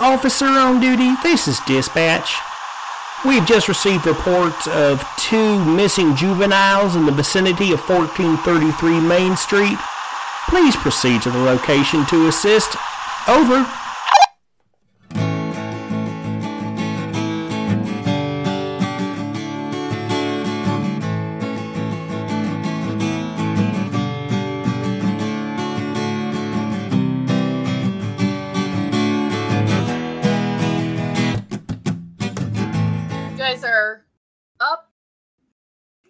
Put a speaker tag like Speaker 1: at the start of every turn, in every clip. Speaker 1: Officer on duty, this is dispatch. We've just received reports of two missing juveniles in the vicinity of 1433 Main Street. Please proceed to the location to assist. Over.
Speaker 2: You guys are up,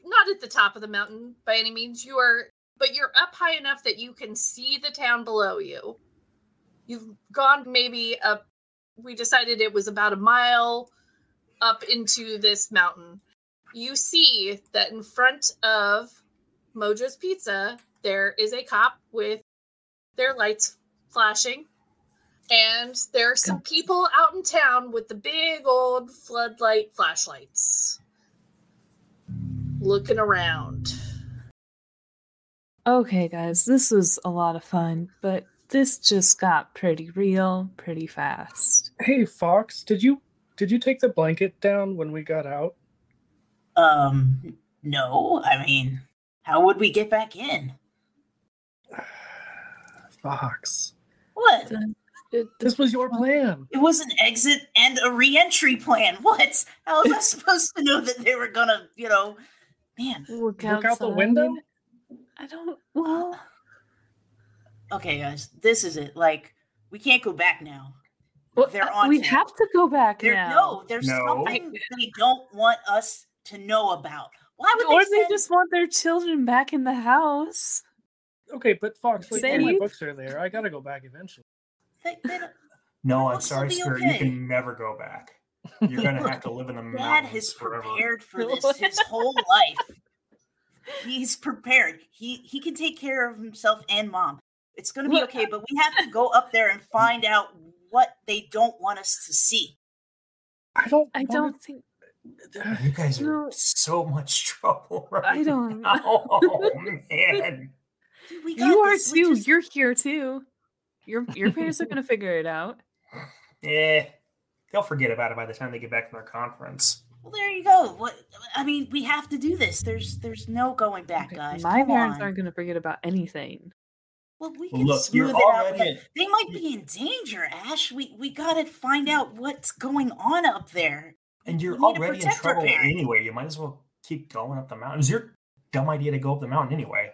Speaker 2: not at the top of the mountain by any means. You are, but you're up high enough that you can see the town below you. You've gone maybe up, we decided it was about a mile up into this mountain. You see that in front of Mojo's Pizza, there is a cop with their lights flashing and there are some people out in town with the big old floodlight flashlights looking around.
Speaker 3: Okay, guys, this was a lot of fun, but this just got pretty real pretty fast.
Speaker 4: Hey Fox, did you did you take the blanket down when we got out?
Speaker 5: Um, no, I mean, how would we get back in?
Speaker 4: Fox.
Speaker 5: What?
Speaker 3: The- the- the-
Speaker 4: This was your plan.
Speaker 5: It was an exit and a re-entry plan. What? How was I supposed to know that they were gonna, you know, man.
Speaker 3: Look,
Speaker 4: Look out the
Speaker 3: outside.
Speaker 4: window?
Speaker 3: I don't. Well,
Speaker 5: Okay, guys, this is it. Like, we can't go back now.
Speaker 3: well
Speaker 5: They're
Speaker 3: uh,
Speaker 5: on
Speaker 3: we
Speaker 5: to it.
Speaker 3: have to go back
Speaker 5: There,
Speaker 3: now.
Speaker 5: no, there's
Speaker 1: No.
Speaker 5: something they don't want us to know about. Why would
Speaker 3: or
Speaker 5: they,
Speaker 3: they
Speaker 5: send-
Speaker 3: just want their children back in the house.
Speaker 4: Okay, but Fox, like all my
Speaker 3: Save.
Speaker 4: books are there. I gotta go back eventually.
Speaker 5: they, they don't-
Speaker 6: No,
Speaker 5: Well,
Speaker 6: I'm
Speaker 5: this will
Speaker 6: sorry,
Speaker 5: be
Speaker 6: sir.
Speaker 5: okay.
Speaker 6: You can never go back. You're gonna have to live in the
Speaker 5: Dad
Speaker 6: mountains
Speaker 5: has
Speaker 6: forever.
Speaker 5: prepared for this his whole life. He's prepared. He he can take care of himself and mom. It's going to be
Speaker 3: Look,
Speaker 5: okay, but we have to go up there and find out what they don't want us to see.
Speaker 4: I don't
Speaker 3: I
Speaker 4: wanna-
Speaker 3: don't think.
Speaker 6: You guys are
Speaker 3: No.
Speaker 6: in so much trouble right
Speaker 3: I don't.
Speaker 6: now. Oh man.
Speaker 5: Dude, we got
Speaker 3: You are
Speaker 5: this. We
Speaker 3: too.
Speaker 5: just-
Speaker 3: You're here too. Your your parents are gonna figure it out.
Speaker 6: Eh. They'll forget about it by the time they get back from their conference.
Speaker 5: well, there you go. What I mean, we have to do this. There's there's no going back,
Speaker 3: Okay,
Speaker 5: guys.
Speaker 3: My
Speaker 5: Come
Speaker 3: parents
Speaker 5: on.
Speaker 3: aren't gonna forget about anything.
Speaker 5: Well, we can
Speaker 6: Look,
Speaker 5: smooth
Speaker 6: you're
Speaker 5: it out.
Speaker 6: already
Speaker 5: but
Speaker 6: in.
Speaker 5: They might be in danger, Ash. We we got to find out what's going on up there.
Speaker 6: And you're
Speaker 5: We need to
Speaker 6: already in
Speaker 5: protect our
Speaker 6: trouble
Speaker 5: parents.
Speaker 6: anyway. You might as well keep going up the mountain. It was your dumb idea to go up the mountain anyway.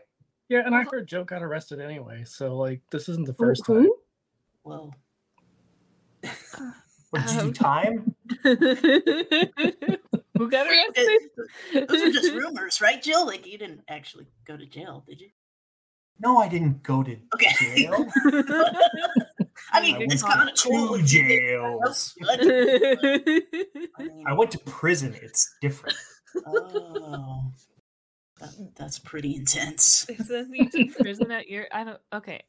Speaker 4: Yeah, and I
Speaker 3: Well-
Speaker 4: heard Joe got arrested anyway, so like this isn't the first time.
Speaker 3: who?
Speaker 5: Whoa.
Speaker 6: What did you
Speaker 3: Um,
Speaker 6: do time?
Speaker 3: Who got arrested?
Speaker 5: Those are just rumors, right, Jill? Like you didn't actually go to jail, did you?
Speaker 6: No, I didn't go to
Speaker 5: Okay.
Speaker 6: jail.
Speaker 5: I
Speaker 3: I
Speaker 5: mean,
Speaker 6: went
Speaker 5: it's
Speaker 3: to
Speaker 5: kind of cool.
Speaker 6: Two
Speaker 5: if you did,
Speaker 6: jails.
Speaker 5: but- I mean,
Speaker 6: I went to prison. It's different.
Speaker 5: oh, that- that's pretty intense.
Speaker 3: It says you took prison at your. I don't. Okay.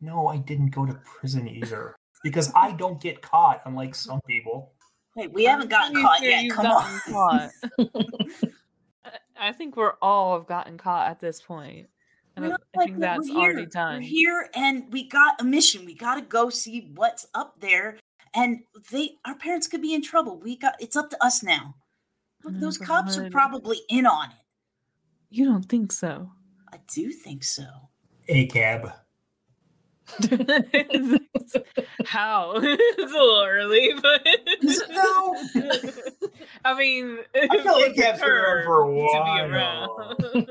Speaker 6: No, I didn't go to prison either. Because I don't get caught, unlike some people.
Speaker 5: Hey, we haven't gotten
Speaker 3: pretty
Speaker 5: caught
Speaker 3: sure
Speaker 5: yet.
Speaker 3: you've
Speaker 5: Come
Speaker 3: gotten
Speaker 5: on.
Speaker 3: caught. I- I think we're all have gotten caught at this point, and I,
Speaker 5: We don't
Speaker 3: I
Speaker 5: like
Speaker 3: think
Speaker 5: what
Speaker 3: that's
Speaker 5: we're
Speaker 3: already
Speaker 5: here. We're
Speaker 3: done.
Speaker 5: here and we got a mission. We got to go see what's up there. And they, our parents could be in trouble. We got, it's up to us now. Look,
Speaker 3: Oh,
Speaker 5: those cops are
Speaker 3: God.
Speaker 5: probably in on it.
Speaker 3: You don't think so?
Speaker 5: I do think so.
Speaker 6: A cab.
Speaker 3: How? it's a little early, but
Speaker 6: No.
Speaker 3: I mean,
Speaker 6: I feel like
Speaker 3: it's a
Speaker 6: that's been around for a
Speaker 3: term to be
Speaker 5: All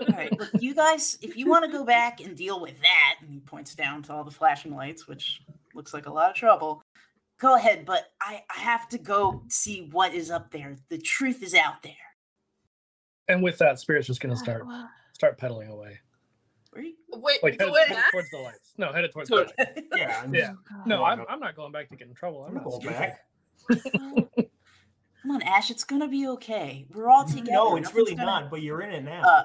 Speaker 3: around.
Speaker 5: right, look, you guys, if you want to go back and deal with that, and he points down to all the flashing lights, which looks like a lot of trouble, go ahead. But I, I have to go see what is up there. The truth is out there.
Speaker 4: And with that, Spirit's just gonna start
Speaker 3: Well,
Speaker 4: start pedaling away.
Speaker 5: Where you-
Speaker 2: Wait,
Speaker 4: Like headed
Speaker 2: wait,
Speaker 4: towards, towards the lights. No, headed towards the
Speaker 3: Towards-
Speaker 4: lights.
Speaker 6: Yeah. I'm,
Speaker 4: Yeah.
Speaker 3: God.
Speaker 4: No,
Speaker 6: Yeah,
Speaker 4: I'm,
Speaker 6: Oh, no.
Speaker 4: I'm not going back to get in trouble.
Speaker 6: I'm
Speaker 4: I'm
Speaker 6: not
Speaker 4: not
Speaker 6: going
Speaker 4: stupid.
Speaker 6: back.
Speaker 3: Well,
Speaker 5: Come on, Ash, it's gonna be okay. We're all together.
Speaker 6: No, it's
Speaker 5: Nothing's
Speaker 6: really
Speaker 5: gonna-
Speaker 6: not, but you're in it now.
Speaker 5: Uh,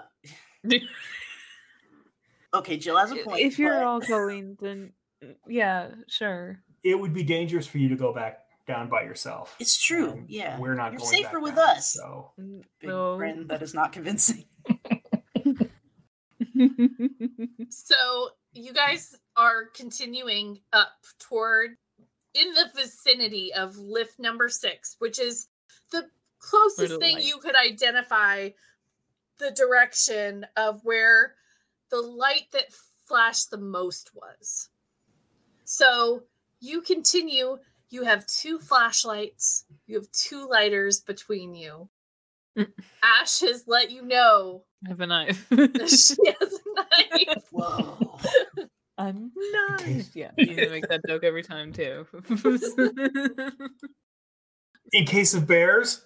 Speaker 5: okay, Jill has a point.
Speaker 3: if you're
Speaker 5: but-
Speaker 3: all going, then yeah, sure.
Speaker 6: it would be dangerous for you to go back down by yourself.
Speaker 5: it's true.
Speaker 6: Um,
Speaker 5: yeah,
Speaker 6: We're not
Speaker 5: You're
Speaker 6: going
Speaker 5: safer
Speaker 6: back
Speaker 5: with
Speaker 6: down,
Speaker 5: us.
Speaker 6: So
Speaker 3: N-
Speaker 5: big friend that is not convincing.
Speaker 3: No.
Speaker 2: So you guys are continuing up toward in the vicinity of lift number six, which is the closest
Speaker 3: Little
Speaker 2: thing
Speaker 3: light.
Speaker 2: you could identify the direction of where the light that flashed the most was. So you continue. You have two flashlights. You have two lighters between you.
Speaker 3: Mm.
Speaker 2: Ash has let you know
Speaker 3: I have a knife.
Speaker 2: that she has a knife.
Speaker 5: Whoa.
Speaker 3: I'm nice. Yeah, you make that joke every time too.
Speaker 6: In case of bears,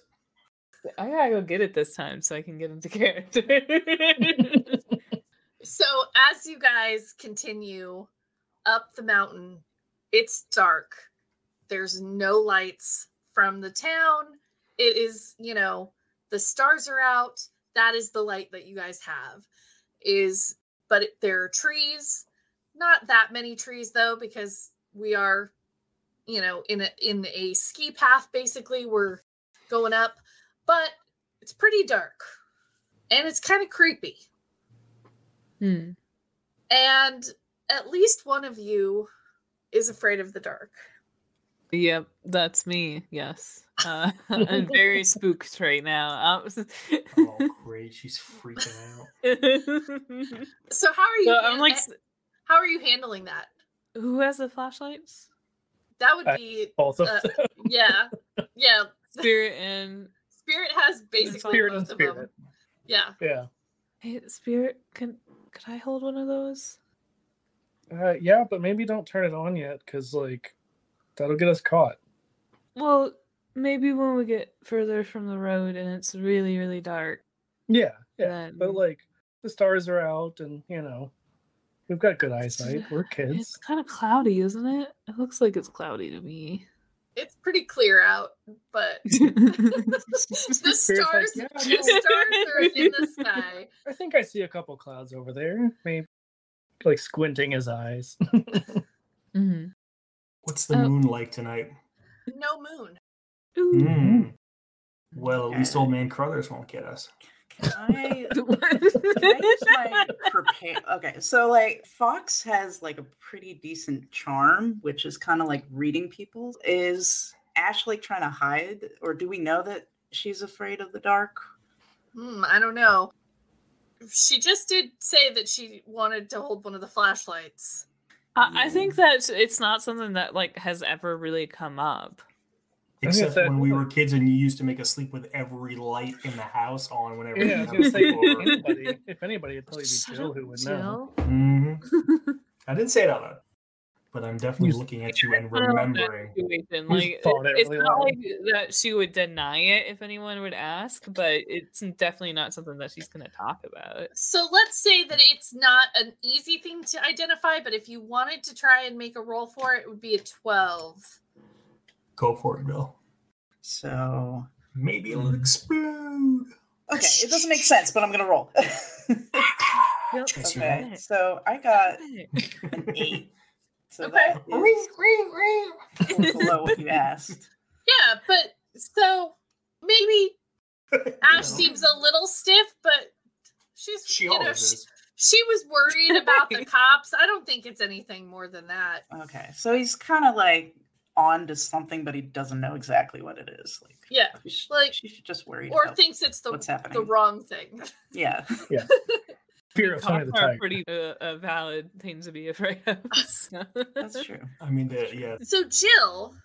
Speaker 3: I gotta go get it this time so I can get into character.
Speaker 2: So as you guys continue up the mountain, it's dark. There's no lights from the town. It is, you know, the stars are out. That is the light that you guys have. Is but it- there are trees. Not that many trees though because we are you know in a in a ski path basically we're going up, but it's pretty dark. And it's kind of creepy
Speaker 3: Hmm.
Speaker 2: and at least one of you is afraid of the dark.
Speaker 3: Yep, that's me. Yes, uh, I'm very spooked right now. Um,
Speaker 6: oh great, she's freaking out.
Speaker 3: so
Speaker 2: So how are you?
Speaker 3: I'm
Speaker 2: han-
Speaker 3: like,
Speaker 2: eh, how are you handling that?
Speaker 3: who has the flashlights?
Speaker 2: That would
Speaker 4: I-
Speaker 2: be
Speaker 4: Both of
Speaker 2: Uh,
Speaker 4: them.
Speaker 2: yeah, yeah.
Speaker 3: Spirit and
Speaker 2: Spirit has basically
Speaker 4: Spirit
Speaker 2: both
Speaker 4: and
Speaker 2: of them.
Speaker 4: spirit.
Speaker 2: Yeah,
Speaker 4: Yeah.
Speaker 3: hey, Spirit. Can could I hold one of those?
Speaker 4: Uh, yeah, but maybe don't turn it on yet, because like that'll get us caught.
Speaker 3: Well, maybe when we get further from the road and it's really really dark.
Speaker 4: Yeah, yeah.
Speaker 3: Then-
Speaker 4: But like the stars are out, and you know we've got good eyesight. We're
Speaker 3: It's
Speaker 4: kids.
Speaker 3: kind of cloudy, isn't it? It looks like it's cloudy to me.
Speaker 2: it's pretty clear out, but the
Speaker 4: Spirit's like,
Speaker 2: stars,
Speaker 4: "Yeah,
Speaker 2: the
Speaker 4: no,
Speaker 2: stars are in the sky.
Speaker 4: I think I see a couple clouds over there. Maybe like squinting his eyes.
Speaker 3: Mhm.
Speaker 6: What's the
Speaker 3: Oh.
Speaker 6: moon like tonight?
Speaker 2: No moon.
Speaker 3: Ooh.
Speaker 5: Mm-hmm.
Speaker 6: Mm. Well, at least old man Crothers won't get us.
Speaker 5: Can I, can I use my prepare? Okay, so like Fox has like a pretty decent charm, which is kind of like reading people. Is Ash like trying to hide, or do we know that she's afraid of the dark?
Speaker 2: Hmm, I don't know. She just did say that she wanted to hold one of the flashlights.
Speaker 3: I, I think that it's not something that like has ever really come up.
Speaker 4: I think
Speaker 6: Except
Speaker 4: that-
Speaker 6: when we were kids and you used to make us sleep with every light in the house on whenever
Speaker 4: Yeah, I was
Speaker 6: you had
Speaker 4: gonna
Speaker 6: a
Speaker 4: say
Speaker 6: sleepover.
Speaker 4: anybody, if anybody, it'd probably be
Speaker 3: Shut
Speaker 4: Jill
Speaker 3: up,
Speaker 4: who would know.
Speaker 6: Mhm. I didn't say it out loud, but I'm definitely
Speaker 4: You-
Speaker 6: looking at you and
Speaker 3: I don't like that
Speaker 6: remembering.
Speaker 3: situation.
Speaker 4: You
Speaker 3: Like, it-
Speaker 4: thought it
Speaker 3: it's
Speaker 4: really
Speaker 3: not
Speaker 4: well.
Speaker 3: like that she would deny it if anyone would ask, but it's definitely not something that she's going to talk about.
Speaker 2: So let's say that it's not an easy thing to identify, but if you wanted to try and make a roll for it, it would be a 12.
Speaker 6: Go for it, Bill.
Speaker 5: So
Speaker 6: Maybe it'll explode.
Speaker 5: okay, it doesn't make sense, but I'm gonna roll.
Speaker 6: Chase you
Speaker 5: okay,
Speaker 6: out.
Speaker 5: so I got an eight. So
Speaker 2: Okay.
Speaker 5: that is below what you asked.
Speaker 2: Yeah, but so maybe Ash
Speaker 6: You know,
Speaker 2: seems a little stiff, but she's
Speaker 6: She
Speaker 2: you know
Speaker 6: always
Speaker 2: she,
Speaker 6: is.
Speaker 2: she was worried about the cops. I don't think it's anything more than that.
Speaker 5: Okay, so he's kind of like on to something, but he doesn't know exactly what it is. Like,
Speaker 2: Yeah,
Speaker 5: she should,
Speaker 2: like-
Speaker 5: she should just worry.
Speaker 2: or
Speaker 5: about
Speaker 2: thinks it's the
Speaker 5: what's
Speaker 2: the
Speaker 5: happening.
Speaker 2: wrong thing.
Speaker 5: yeah,
Speaker 4: Fear of Tony
Speaker 3: Cops
Speaker 4: the
Speaker 3: are
Speaker 4: Tiger.
Speaker 3: pretty uh, uh, valid things to be afraid of. so.
Speaker 5: that's true.
Speaker 6: I mean, the, yeah.
Speaker 2: So Jill,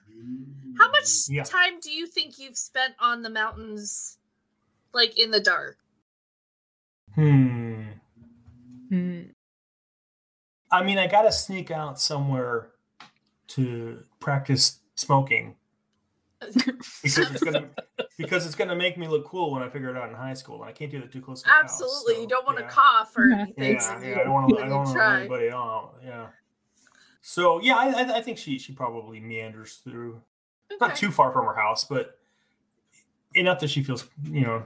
Speaker 2: how much
Speaker 6: Yeah.
Speaker 2: time do you think you've spent on the mountains, like in the dark?
Speaker 6: Hmm.
Speaker 3: Hmm.
Speaker 6: I mean, I gotta sneak out somewhere to practice smoking because it's gonna because it's gonna make me look cool when I figure it out in high school, and I can't do that too close. To the house,
Speaker 2: Absolutely,
Speaker 6: so,
Speaker 2: you don't want to
Speaker 6: yeah.
Speaker 2: cough or
Speaker 3: Yeah.
Speaker 6: Yeah,
Speaker 2: anything. so
Speaker 6: yeah,
Speaker 2: you-
Speaker 6: I don't want to.
Speaker 2: when
Speaker 6: I
Speaker 2: you
Speaker 6: don't want to
Speaker 2: try.
Speaker 6: let anybody on. Yeah. So yeah, I, I, I think she she probably meanders through, not
Speaker 2: Okay.
Speaker 6: too far from her house, but enough that she feels you know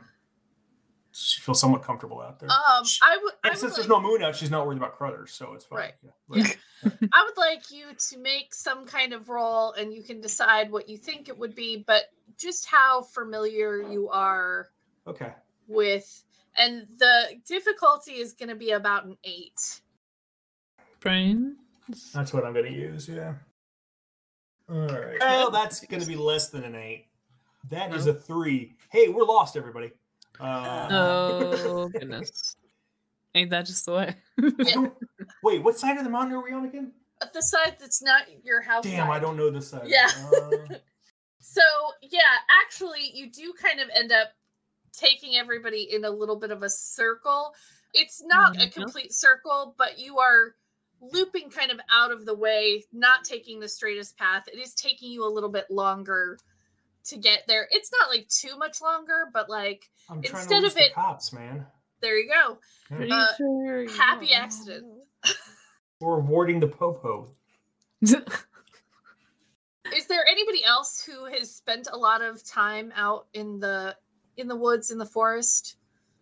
Speaker 6: she feels somewhat comfortable out there.
Speaker 2: Um, I would. I
Speaker 6: and
Speaker 2: would
Speaker 6: since
Speaker 2: like,
Speaker 6: there's no moon out, she's not worried about Cruthers, so it's fine.
Speaker 2: Right.
Speaker 6: Yeah, right.
Speaker 2: I would like you to make some kind of roll, and you can decide what you think it would be, but just how familiar you are
Speaker 6: Okay.
Speaker 2: with, and the difficulty is going to be about an eight.
Speaker 3: Brain?
Speaker 6: That's what I'm gonna use. Yeah. All right. Well, that's going to be less than an eight. That is a three. Hey, we're lost, everybody. Uh,
Speaker 3: Oh goodness. Ain't that just the way?
Speaker 6: Wait, what side of the mountain are we on again?
Speaker 2: At the side that's not your house.
Speaker 6: Damn, I
Speaker 2: side.
Speaker 6: don't know this side.
Speaker 2: Yeah.
Speaker 6: Uh,
Speaker 2: So yeah, actually, you do kind of end up taking everybody in a little bit of a circle. It's not a
Speaker 3: Mhm.
Speaker 2: complete circle, but you are looping kind of out of the way, not taking the straightest path. It is taking you a little bit longer to get there. It's not like too much longer, but like
Speaker 6: I'm trying
Speaker 2: Instead
Speaker 6: to lose
Speaker 2: of
Speaker 6: the
Speaker 2: it-
Speaker 6: cops, man.
Speaker 2: there you go.
Speaker 3: Are you
Speaker 2: Uh,
Speaker 3: sure you
Speaker 2: happy
Speaker 3: don't
Speaker 2: accident.
Speaker 6: We're rewarding the popo.
Speaker 3: know?
Speaker 2: Is there anybody else who has spent a lot of time out in the in the woods in the forest?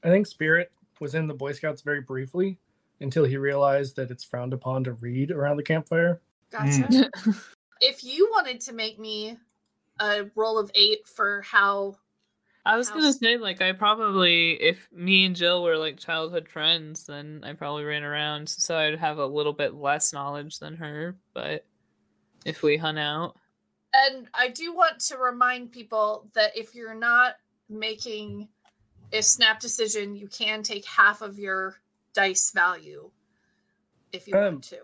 Speaker 4: I think Spirit was in the Boy Scouts very briefly until he realized that it's frowned upon to read around the campfire.
Speaker 2: Gotcha.
Speaker 6: Mm.
Speaker 2: if you wanted to make me a roll of eight for how
Speaker 3: I was gonna
Speaker 2: house.
Speaker 3: say, like, I probably, if me and Jill were like childhood friends, then I probably ran around, so I'd have a little bit less knowledge than her. But if we hung out,
Speaker 2: and i do want to remind people that if you're not making a snap decision you can take half of your dice value if you
Speaker 4: Um,
Speaker 2: want to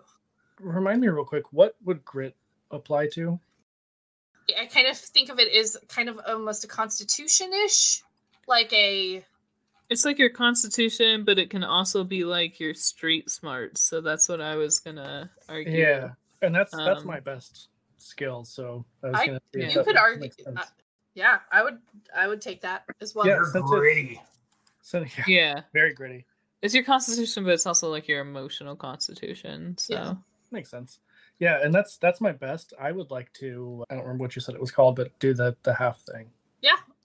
Speaker 4: Remind me real quick, what would grit apply to?
Speaker 2: i kind of think of it as kind of almost a constitution-ish like a
Speaker 3: it's like your constitution, but it can also be like your street smarts. So that's what I was gonna argue.
Speaker 4: Yeah, and that's that's
Speaker 3: Um,
Speaker 4: my best skill. So I was
Speaker 2: I-
Speaker 4: gonna. see if
Speaker 3: Yeah.
Speaker 2: you
Speaker 4: that
Speaker 2: could
Speaker 4: makes
Speaker 2: argue
Speaker 4: sense.
Speaker 2: uh, yeah i would i would take that as well
Speaker 4: Yeah.
Speaker 6: They're
Speaker 4: that's it.
Speaker 6: gritty.
Speaker 4: So, yeah,
Speaker 3: yeah,
Speaker 4: very gritty.
Speaker 3: it's your constitution, but it's also like your emotional constitution. So
Speaker 2: Yeah.
Speaker 4: Makes sense. Yeah, and that's that's my best. I would like to. I don't remember what you said it was called, but do the the half thing.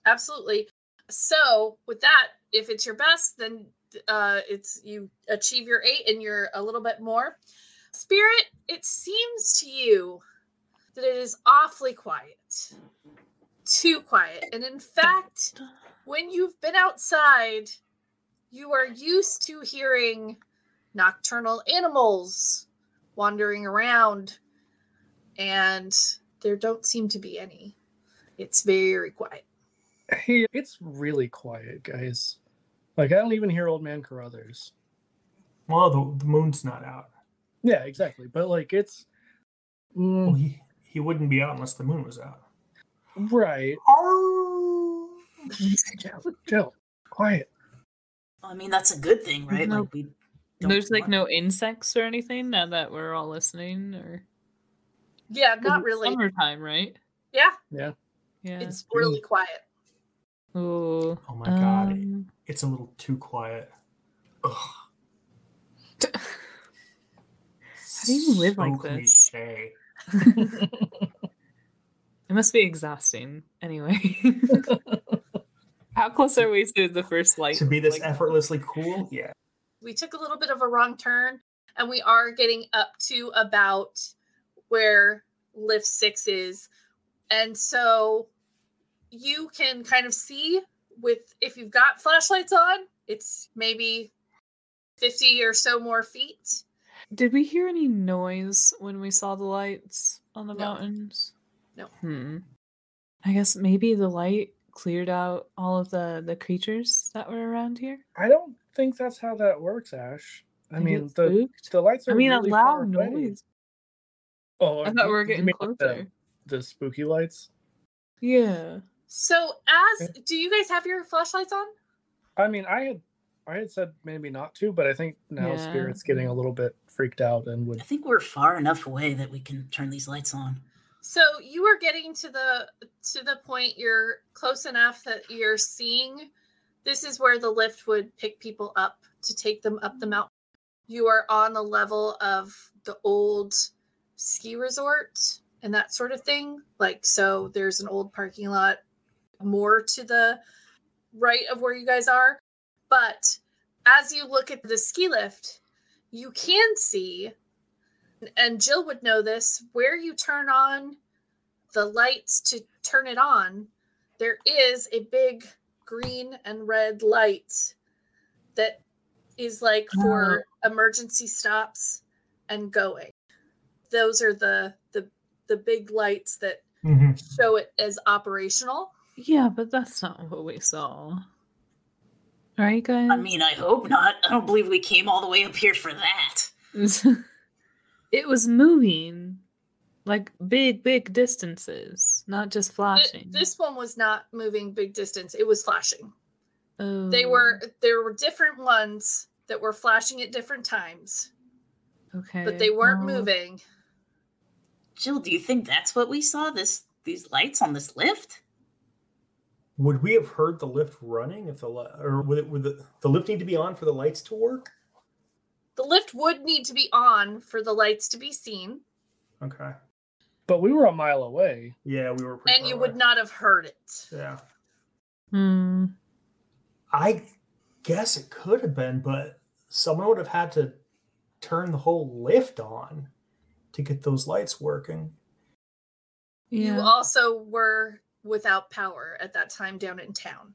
Speaker 2: absolutely so with that if it's your best then uh it's you achieve your eight and you're a little bit more spirit it seems to you that it is awfully quiet too quiet and in fact when you've been outside you are used to hearing nocturnal animals wandering around and there don't seem to be any it's very quiet
Speaker 4: Hey, it's really quiet, guys. Like I don't even hear old man Carruthers.
Speaker 6: Well, the, the moon's not out.
Speaker 4: Yeah, exactly. But like it's
Speaker 6: Well,
Speaker 4: mm,
Speaker 6: he, he wouldn't be out unless the moon was out.
Speaker 4: right.
Speaker 6: Oh,
Speaker 4: Jill, Jill, quiet.
Speaker 5: I mean, that's a good thing, right?
Speaker 3: No.
Speaker 5: Like we don't
Speaker 3: there's like
Speaker 5: want-
Speaker 3: no insects or anything now that we're all listening, or
Speaker 2: Yeah,
Speaker 3: 'cause
Speaker 2: not
Speaker 3: it's
Speaker 2: really.
Speaker 3: summertime, right?
Speaker 2: Yeah,
Speaker 3: Yeah.
Speaker 2: it's really quiet.
Speaker 3: Ooh.
Speaker 6: oh my god,
Speaker 3: um,
Speaker 6: it's a little too quiet. Ugh. How
Speaker 3: do you live like this?
Speaker 6: Cliche.
Speaker 3: It must be exhausting. Anyway. How close are we to the first light?
Speaker 6: to be this
Speaker 3: like-
Speaker 6: effortlessly cool? Yeah.
Speaker 2: We took a little bit of a wrong turn, and we are getting up to about where lift six is. And so you can kind of see with if you've got flashlights on, it's maybe 50 or so more feet.
Speaker 3: Did we hear any noise when we saw the lights on the
Speaker 2: No.
Speaker 3: mountains?
Speaker 2: No.
Speaker 3: Hmm. I guess maybe the light cleared out all of the the creatures that were around here.
Speaker 4: I don't think that's how that works, Ash. I
Speaker 3: Maybe
Speaker 4: mean
Speaker 3: it
Speaker 4: the
Speaker 3: spooked?
Speaker 4: the lights are
Speaker 3: I mean,
Speaker 4: really
Speaker 3: a
Speaker 4: far
Speaker 3: loud
Speaker 4: away.
Speaker 3: noise.
Speaker 4: Oh,
Speaker 3: I thought we
Speaker 4: you-
Speaker 3: were
Speaker 4: you
Speaker 3: getting
Speaker 4: mean like the-
Speaker 3: closer.
Speaker 4: the spooky lights.
Speaker 3: Yeah.
Speaker 2: So as do you guys have your flashlights on?
Speaker 4: I mean, I had I had said maybe not to, but I think now
Speaker 3: Yeah.
Speaker 4: Spirit's getting a little bit freaked out and would
Speaker 5: I think we're far enough away that we can turn these lights on.
Speaker 2: So you are getting to the to the point you're close enough that you're seeing this is where the lift would pick people up to take them up the mountain. You are on the level of the old ski resort and that sort of thing. Like so there's an old parking lot more to the right of where you guys are. But as you look at the ski lift, you can see and Jill would know this where you turn on the lights to turn it on, there is a big green and red light that is like for emergency stops and going. Those are the the the big lights that
Speaker 6: Mhm.
Speaker 2: show it as operational.
Speaker 3: Yeah, but that's not what we saw. Right, guys?
Speaker 5: I mean, I hope not. I don't believe we came all the way up here for that.
Speaker 3: it was moving like big, big distances, not just
Speaker 2: Th-
Speaker 3: flashing.
Speaker 2: this one was not moving big distance; it was flashing. They
Speaker 3: Oh,
Speaker 2: were there were different ones that were flashing at different times,
Speaker 3: okay,
Speaker 2: but they weren't
Speaker 3: well,
Speaker 2: moving.
Speaker 5: Jill, do you think that's what we saw? This these lights on this lift?
Speaker 6: Would we have heard the lift running if the li- or would it would the, the lift need to be on for the lights to work?
Speaker 2: The lift would need to be on for the lights to be seen,
Speaker 6: Okay.
Speaker 4: But we were a mile away.
Speaker 6: Yeah, we were. Pretty
Speaker 2: and
Speaker 6: far
Speaker 2: you
Speaker 6: away.
Speaker 2: would not have heard it.
Speaker 6: Yeah,
Speaker 3: Hmm.
Speaker 6: I guess it could have been, but someone would have had to turn the whole lift on to get those lights working.
Speaker 2: You
Speaker 3: Yeah.
Speaker 2: also were without power at that time down in town.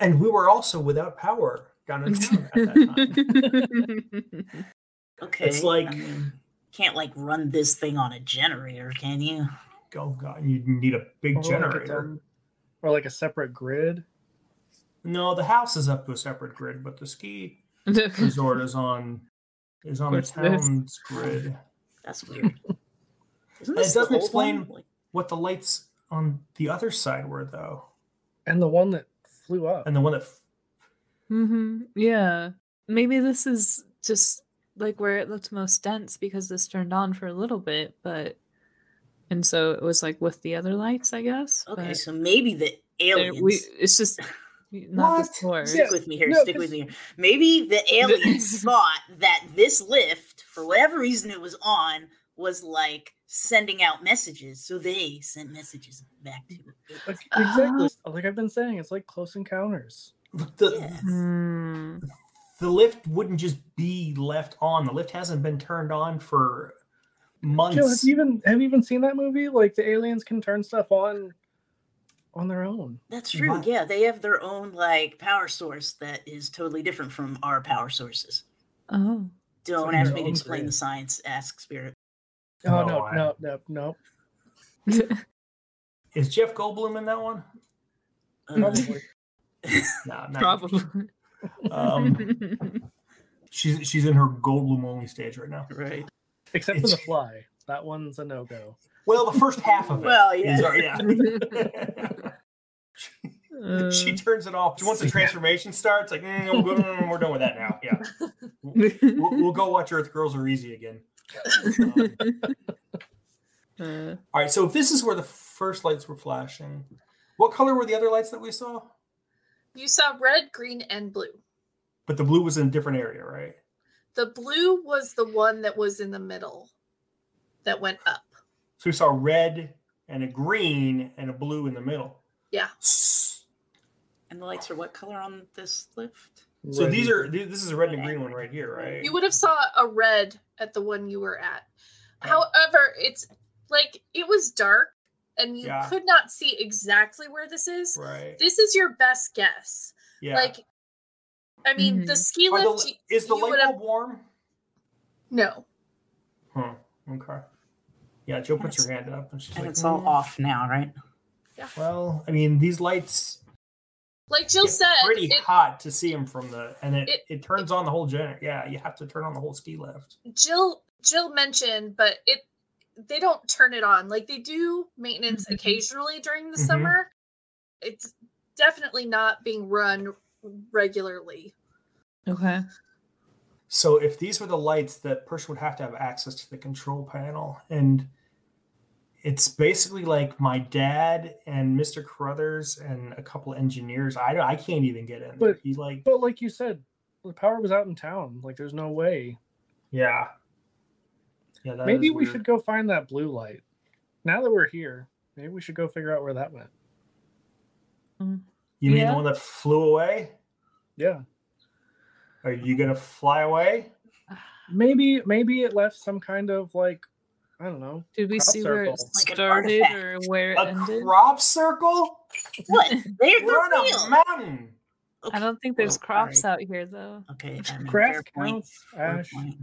Speaker 6: And we were also without power down in town at that time.
Speaker 5: Okay.
Speaker 6: It's like,
Speaker 5: I mean, can't like run this thing on a generator, can you?
Speaker 6: oh god, you need a
Speaker 4: Or
Speaker 6: big
Speaker 4: like a
Speaker 6: generator.
Speaker 4: dumb- or like a separate grid.
Speaker 6: No, the house is up to a separate grid, but the ski resort is on is on the
Speaker 3: What's this?
Speaker 6: town's grid.
Speaker 5: That's weird. Isn't
Speaker 6: It
Speaker 5: this the
Speaker 6: doesn't
Speaker 5: old one?
Speaker 6: explain- What the lights on the other side were though,
Speaker 4: And the one that flew up.
Speaker 6: and the one that f-
Speaker 3: hmm Yeah. Maybe this is just like where it looked most dense because this turned on for a little bit, but and so it was like with the other lights, I guess.
Speaker 5: Like, okay,
Speaker 3: but
Speaker 5: so maybe the
Speaker 3: there-
Speaker 5: aliens.
Speaker 3: we it's just not the
Speaker 6: What?
Speaker 3: source.
Speaker 5: Stick with me here.
Speaker 4: No,
Speaker 5: stick with me. Here. Maybe the aliens thought that this lift, for whatever reason it was on, was like sending out messages. So they sent messages back to it.
Speaker 4: Like, exactly. Like I've been saying, it's like close encounters.
Speaker 6: the
Speaker 5: Yeah.
Speaker 3: Hmm.
Speaker 6: the lift wouldn't just be left on. The lift hasn't been turned on for
Speaker 4: Joe, have
Speaker 6: months.
Speaker 4: you even have you even seen that movie? Like the aliens can turn stuff on on their own.
Speaker 5: That's true.
Speaker 6: What?
Speaker 5: Yeah, they have their own like power source that is totally different from our power sources.
Speaker 3: Oh.
Speaker 5: Don't
Speaker 4: like
Speaker 5: ask
Speaker 4: their
Speaker 5: me to
Speaker 4: own
Speaker 5: explain
Speaker 4: grid.
Speaker 5: the science. Ask spirit.
Speaker 4: Oh
Speaker 6: No,
Speaker 4: no,
Speaker 6: I-
Speaker 4: no, no, no.
Speaker 6: Is Jeff Goldblum in that one?
Speaker 5: Uh,
Speaker 4: Probably.
Speaker 6: No, not
Speaker 3: Probably.
Speaker 6: Um, she's she's in her Goldblum only stage right now.
Speaker 5: right.
Speaker 4: Except for
Speaker 6: It's-
Speaker 4: the fly. That one's a no go.
Speaker 6: Well, the first half of it.
Speaker 5: Well, yeah.
Speaker 6: is- uh, yeah.
Speaker 3: Uh,
Speaker 6: she turns it off. Once the transformation starts, like mm, we're, good, mm, we're done with that now. Yeah, we'll, we'll go watch Earth Girls Are Easy again. Um,
Speaker 3: Uh,
Speaker 6: all right. So if this is where the first lights were flashing, what color were the other lights that we saw?
Speaker 2: You saw red, green, and blue.
Speaker 6: But the blue was in a different area, right?
Speaker 2: The blue was the one that was in the middle that went up.
Speaker 6: So we saw a red and a green and a blue in the middle.
Speaker 2: Yeah.
Speaker 6: S-
Speaker 5: And the lights are what color on this lift?
Speaker 6: So these
Speaker 4: Ready.
Speaker 6: are th- this is a red and a green one right here, right?
Speaker 2: You would have saw a red at the one you were at. However, it's like it was dark and you
Speaker 6: Yeah.
Speaker 2: could not see exactly where this is.
Speaker 6: right.
Speaker 2: This is your best guess.
Speaker 6: Yeah.
Speaker 2: Like I mean, the
Speaker 3: Mhm.
Speaker 2: ski
Speaker 6: Are the-
Speaker 2: lift y-
Speaker 6: is the
Speaker 2: you
Speaker 6: light
Speaker 2: would have-
Speaker 6: bulb warm?
Speaker 2: no.
Speaker 6: Huh. Okay. Yeah, Joe puts her hand up and she's
Speaker 5: And
Speaker 6: like,
Speaker 5: it's all
Speaker 6: "Mm,
Speaker 5: off now, right?
Speaker 6: Well, I mean, these lights
Speaker 2: Like Jill
Speaker 6: get
Speaker 2: said,
Speaker 6: pretty
Speaker 2: it-
Speaker 6: hot to see them from the, and it, it,
Speaker 2: it-
Speaker 6: turns on the whole generator. Yeah, you have to turn on the whole ski lift.
Speaker 2: Jill Jill mentioned, but it they don't turn it on. Like they do maintenance
Speaker 3: Mhm.
Speaker 2: occasionally during the
Speaker 6: Mhm.
Speaker 2: summer. It's definitely not being run regularly.
Speaker 3: okay.
Speaker 6: So if these were the lights, that person would have to have access to the control panel, and it's basically like my dad and Mr. Carruthers and a couple engineers. I don't- I can't even get in. there.
Speaker 4: But-
Speaker 6: he like,
Speaker 4: But like you said, the power was out in town. Like there's no way.
Speaker 6: yeah, yeah. that
Speaker 4: maybe
Speaker 6: is
Speaker 4: we
Speaker 6: weird.
Speaker 4: should go find that blue light. Now that we're here, maybe we should go figure out where that went.
Speaker 6: You mean
Speaker 3: Yeah.
Speaker 6: the one that flew away?
Speaker 4: Yeah.
Speaker 6: Are you gonna fly away?
Speaker 4: Maybe maybe it left some kind of like I don't know.
Speaker 3: Did we
Speaker 4: Crop
Speaker 3: see where it
Speaker 4: circle.
Speaker 5: Like an
Speaker 3: started
Speaker 5: artifact.
Speaker 3: or where it
Speaker 6: A
Speaker 3: ended?
Speaker 6: crop circle?
Speaker 5: What? They're
Speaker 6: We're on a
Speaker 5: the
Speaker 6: mountain.
Speaker 5: real.
Speaker 3: I don't think
Speaker 5: Oh,
Speaker 3: there's
Speaker 5: all
Speaker 3: crops
Speaker 5: right.
Speaker 3: out here though.
Speaker 5: Okay, I mean,
Speaker 4: Grass
Speaker 5: fair point.
Speaker 4: counts,
Speaker 5: Fair
Speaker 4: Ash.
Speaker 5: point.